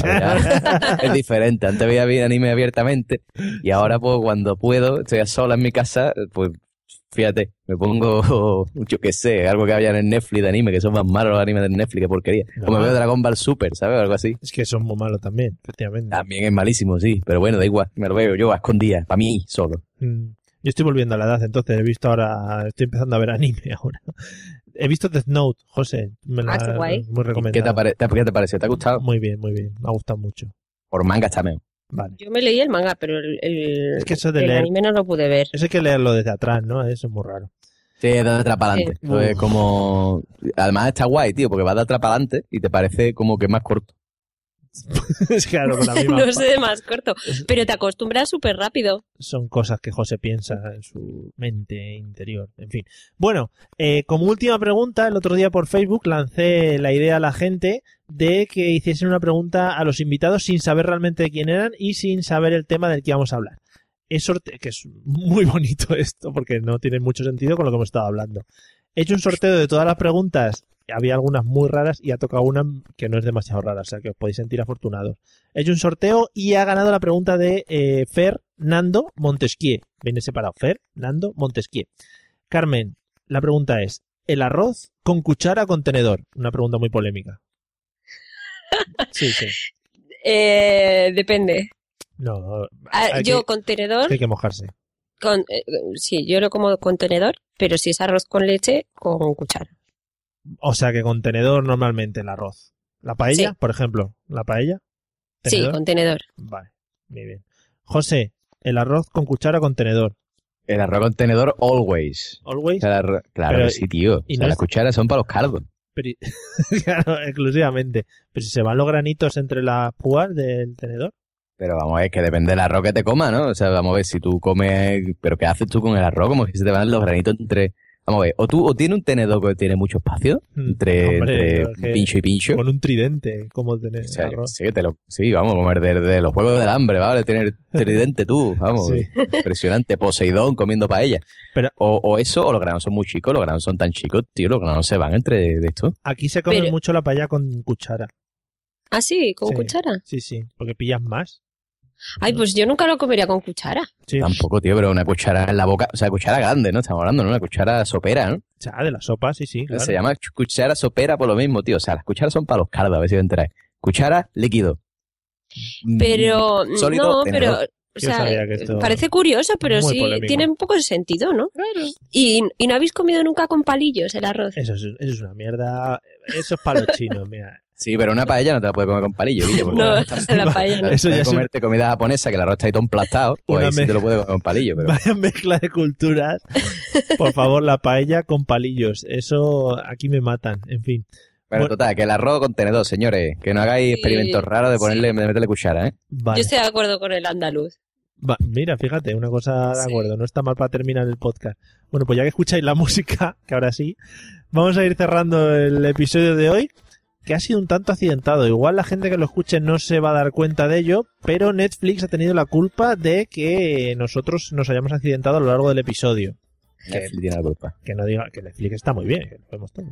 Speaker 4: Ahora es diferente. Antes veía vi- anime abiertamente y ahora pues cuando puedo, estoy a sola en mi casa, pues fíjate, me pongo, <laughs> yo qué sé, algo que había en el Netflix de anime, que son más malos los animes de Netflix, que porquería. O me veo Dragon Ball Super, ¿sabes? O Algo así.
Speaker 1: Es que son muy malos también, efectivamente.
Speaker 4: También es malísimo, sí, pero bueno, da igual, me lo veo yo a escondidas, para mí solo.
Speaker 1: Mm. Yo estoy volviendo a la edad, entonces he visto ahora, estoy empezando a ver anime <laughs> ahora. He visto Death Note, José, me la
Speaker 4: Ah, qué guay.
Speaker 1: muy recomendado.
Speaker 4: ¿Qué te, pare- te- qué te pareció? ¿Te ha gustado?
Speaker 1: Muy bien, muy bien, me ha gustado mucho.
Speaker 4: Por manga también.
Speaker 1: Vale.
Speaker 2: Yo me leí el manga, pero el, el-
Speaker 1: Es que eso de
Speaker 2: el
Speaker 1: leer-
Speaker 2: anime no lo pude ver.
Speaker 1: Eso hay que leerlo desde atrás, ¿no? Eso es muy
Speaker 2: <laughs>
Speaker 1: raro.
Speaker 4: Sí, es de atrás para adelante.
Speaker 1: Sí.
Speaker 4: Entonces, como... Además está guay, tío, porque vas de atrás para adelante y te parece como que es más corto.
Speaker 1: es claro,
Speaker 2: <laughs>
Speaker 1: con la misma
Speaker 2: no sé, más corto. Pero te acostumbras súper rápido.
Speaker 1: son cosas que José piensa en su mente interior. En fin. Bueno, eh, como última pregunta, el otro día por Facebook lancé la idea a la gente de que hiciesen una pregunta a los invitados sin saber realmente quién eran y sin saber el tema del que íbamos a hablar. Es sorte- que es muy <laughs> bonito esto porque no tiene mucho sentido con lo que hemos estado hablando. He hecho un sorteo de todas las preguntas. Había algunas muy raras y ha tocado una que no es demasiado rara, o sea que os podéis sentir afortunados. He hecho un sorteo y ha ganado la pregunta de eh, Fernando Montesquieu. Viene separado. Fernando Montesquieu. Carmen, la pregunta es: ¿el arroz con cuchara o con tenedor? Una pregunta muy
Speaker 2: <laughs>
Speaker 1: polémica. Sí, sí.
Speaker 2: Eh, depende.
Speaker 1: No.
Speaker 2: Ah,
Speaker 1: hay
Speaker 2: yo
Speaker 1: que-
Speaker 2: con tenedor,
Speaker 1: Hay que mojarse.
Speaker 2: con, eh, sí, yo lo como con tenedor, pero si es arroz con leche, con cuchara.
Speaker 1: O sea que con tenedor normalmente el arroz. La paella,
Speaker 2: Sí.
Speaker 1: por ejemplo. La paella.
Speaker 2: Sí, con tenedor.
Speaker 1: Vale, muy bien. José, ¿el arroz con cuchara o con tenedor?
Speaker 4: El arroz con tenedor always.
Speaker 1: Always.
Speaker 4: El arro- Claro
Speaker 1: Pero-
Speaker 4: que sí, tío.
Speaker 1: y
Speaker 4: O sea,
Speaker 1: no es-
Speaker 4: Las cucharas son para los cardos.
Speaker 1: Pero, <laughs> claro, exclusivamente. Pero si se van los granitos entre las púas del tenedor.
Speaker 4: Pero vamos a ver, que depende del arroz que te coma, ¿no? O sea, vamos a ver si tú comes... Pero ¿qué haces tú con el arroz? Como que se te van los granitos entre... Vamos a ver, o tú o tiene un tenedor que tiene mucho espacio entre,
Speaker 1: Mm, Hombre,
Speaker 4: entre
Speaker 1: yo que-
Speaker 4: pincho y pincho.
Speaker 1: hmm, Con un tridente, como el tenedor.
Speaker 4: O sea, sí, te lo- sí, vamos a comer de, de los juegos del hambre, ¿vale? Tener tridente tú, vamos.
Speaker 1: Sí.
Speaker 4: Impresionante, Poseidón comiendo paella.
Speaker 1: Pero,
Speaker 4: o, o eso, o los granos son muy chicos, los granos son tan chicos, tío, los granos se van entre de esto.
Speaker 1: Aquí se come
Speaker 2: Pero-
Speaker 1: mucho la paella con cuchara.
Speaker 2: Ah, sí, con
Speaker 1: Sí.
Speaker 2: cuchara.
Speaker 1: Sí, sí, porque pillas más.
Speaker 2: Ay, pues yo nunca lo comería con cuchara.
Speaker 4: Tampoco, tío, pero una cuchara en la boca, o sea, cuchara grande, ¿no? Estamos hablando, ¿no? Una cuchara sopera, ¿no?
Speaker 1: O sea, de la sopa, sí, sí. claro.
Speaker 4: Se llama ch- cuchara sopera por lo mismo, tío. O sea, las cucharas son para los cardos, a ver si os enteráis. Cuchara líquido.
Speaker 2: Pero,
Speaker 4: Mm, sólido,
Speaker 2: no, pero
Speaker 4: tenedor.
Speaker 2: O
Speaker 1: Yo
Speaker 2: sea,
Speaker 1: sabía que esto-
Speaker 2: parece curioso, pero
Speaker 1: Muy
Speaker 2: sí
Speaker 1: polémico.
Speaker 2: tiene un poco de sentido, ¿no? Y, y no habéis comido nunca con palillos
Speaker 1: <laughs>
Speaker 2: el arroz.
Speaker 1: Eso es, eso es una mierda. Eso es para los chinos, mira.
Speaker 4: Sí, pero una paella no te la puedes comer
Speaker 2: <laughs>
Speaker 4: con palillo, Guille, porque
Speaker 2: No,
Speaker 4: estás-
Speaker 2: la paella no.
Speaker 1: Eso ya
Speaker 4: puedes
Speaker 1: es un-
Speaker 4: comerte comida japonesa que el arroz está ahí todo <laughs> emplastado, pues
Speaker 1: Una
Speaker 4: ahí sí te
Speaker 1: mezcla.
Speaker 4: lo puedes comer con palillo, pero
Speaker 1: Vaya mezcla de culturas. Por favor, la paella con palillos. Eso aquí me matan, en fin.
Speaker 4: Bueno,
Speaker 1: Bueno.
Speaker 4: total, que el arroz con tenedor, señores. Que no hagáis
Speaker 2: Sí,
Speaker 4: experimentos raros de ponerle, de meterle cuchara, ¿eh?
Speaker 1: Vale.
Speaker 2: Yo estoy de acuerdo con el andaluz.
Speaker 1: Va- mira, fíjate, una cosa de acuerdo, no está mal para terminar el podcast. Bueno, pues ya que escucháis la <laughs> música, que ahora sí, vamos a ir cerrando el episodio de hoy, que ha sido un tanto accidentado. Igual la gente que lo escuche no se va a dar cuenta de ello, pero Netflix ha tenido la culpa de que nosotros nos hayamos accidentado a lo largo del episodio.
Speaker 4: Netflix tiene la culpa.
Speaker 1: Que no diga que Netflix está muy bien, que lo vemos todos.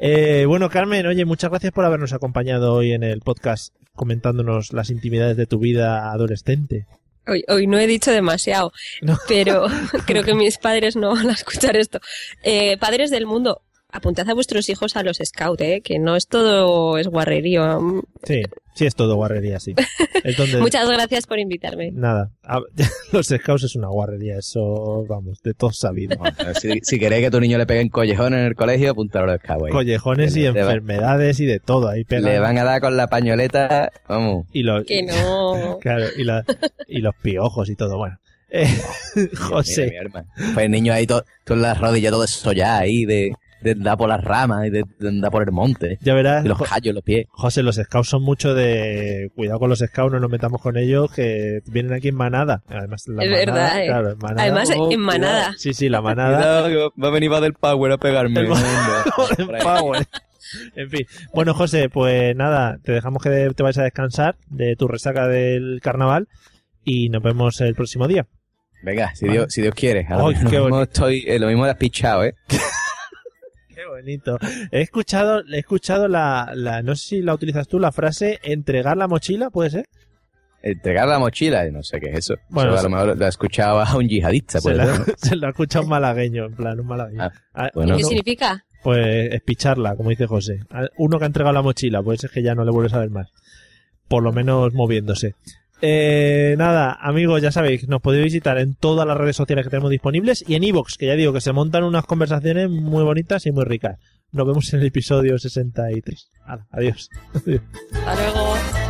Speaker 1: Eh, bueno, Carmen, oye, muchas gracias por habernos acompañado hoy en el podcast comentándonos las intimidades de tu vida adolescente.
Speaker 2: Hoy, hoy no he dicho demasiado,
Speaker 1: <laughs>
Speaker 2: pero creo que mis padres no van a escuchar esto. Eh, padres del mundo, apuntad a vuestros hijos a los scouts, ¿eh? que no es todo es guarrerío.
Speaker 1: Sí, sí es todo guarrería,
Speaker 2: <laughs>
Speaker 1: sí. Es donde-
Speaker 2: Muchas gracias por invitarme.
Speaker 1: Nada, a- <laughs> los scouts es una guarrería, eso, vamos, de todo sabido.
Speaker 4: si, si queréis que a tu niño le peguen collejones en el colegio, apuntarlo al cabo.
Speaker 1: Collejones y
Speaker 4: Le va-
Speaker 1: enfermedades y de todo ahí pegan.
Speaker 4: Le van a dar con la pañoleta, vamos.
Speaker 1: Y los,
Speaker 2: Que no.
Speaker 1: <laughs> claro, y, la- y los piojos y todo, bueno. <laughs> Eh, José,
Speaker 4: Mira, mi arma. Pues el niño ahí, todo, todo en las rodillas, todo eso ya ahí, de, de andar por las ramas, y de, de andar por el monte.
Speaker 1: ya verás,
Speaker 4: Y los
Speaker 1: Jo-
Speaker 4: callos, en los pies.
Speaker 1: José, los scouts son mucho de cuidado con los scouts, no nos metamos con ellos, que vienen aquí en manada. Además, la
Speaker 2: Es
Speaker 1: manada,
Speaker 2: verdad, eh.
Speaker 1: claro, en manada.
Speaker 2: Además,
Speaker 1: Oh,
Speaker 2: en manada.
Speaker 1: Sí, sí, la manada.
Speaker 4: va a venir va del Power a pegarme. <laughs>
Speaker 1: <laughs> Power. En fin. Bueno, José, pues nada, te dejamos que te vayas a descansar de tu resaca del carnaval y nos vemos el próximo día.
Speaker 4: Venga, si Dios, si Dios quiere. Ahora
Speaker 1: Ay,
Speaker 4: mismo-
Speaker 1: qué
Speaker 4: lo mismo estoy, eh, lo mismo has pichado, ¿eh?
Speaker 1: Qué bonito. He escuchado, he escuchado la, la, no sé si la utilizas tú, la frase entregar la mochila, ¿puede ser?
Speaker 4: Entregar la mochila, no sé qué es eso.
Speaker 1: Bueno,
Speaker 4: Eso a
Speaker 1: se-
Speaker 4: lo mejor lo escuchaba a un yihadista,
Speaker 1: Se
Speaker 4: puede
Speaker 1: la,
Speaker 4: ser, ¿no?
Speaker 1: <laughs> se la ha escuchado un malagueño, en plan, un malagueño. Ah,
Speaker 4: bueno.
Speaker 2: ¿Qué
Speaker 1: uno-
Speaker 2: significa?
Speaker 1: Pues es picharla, como dice José. A- Uno que ha entregado la mochila, pues es que ya no le vuelves a ver más. Por lo menos moviéndose. Eh, nada, amigos, ya sabéis, nos podéis visitar en todas las redes sociales que tenemos disponibles y en Evox, que ya digo que se montan unas conversaciones muy bonitas y muy ricas. Nos vemos en el episodio 63. Hala, adiós.
Speaker 2: Hasta luego.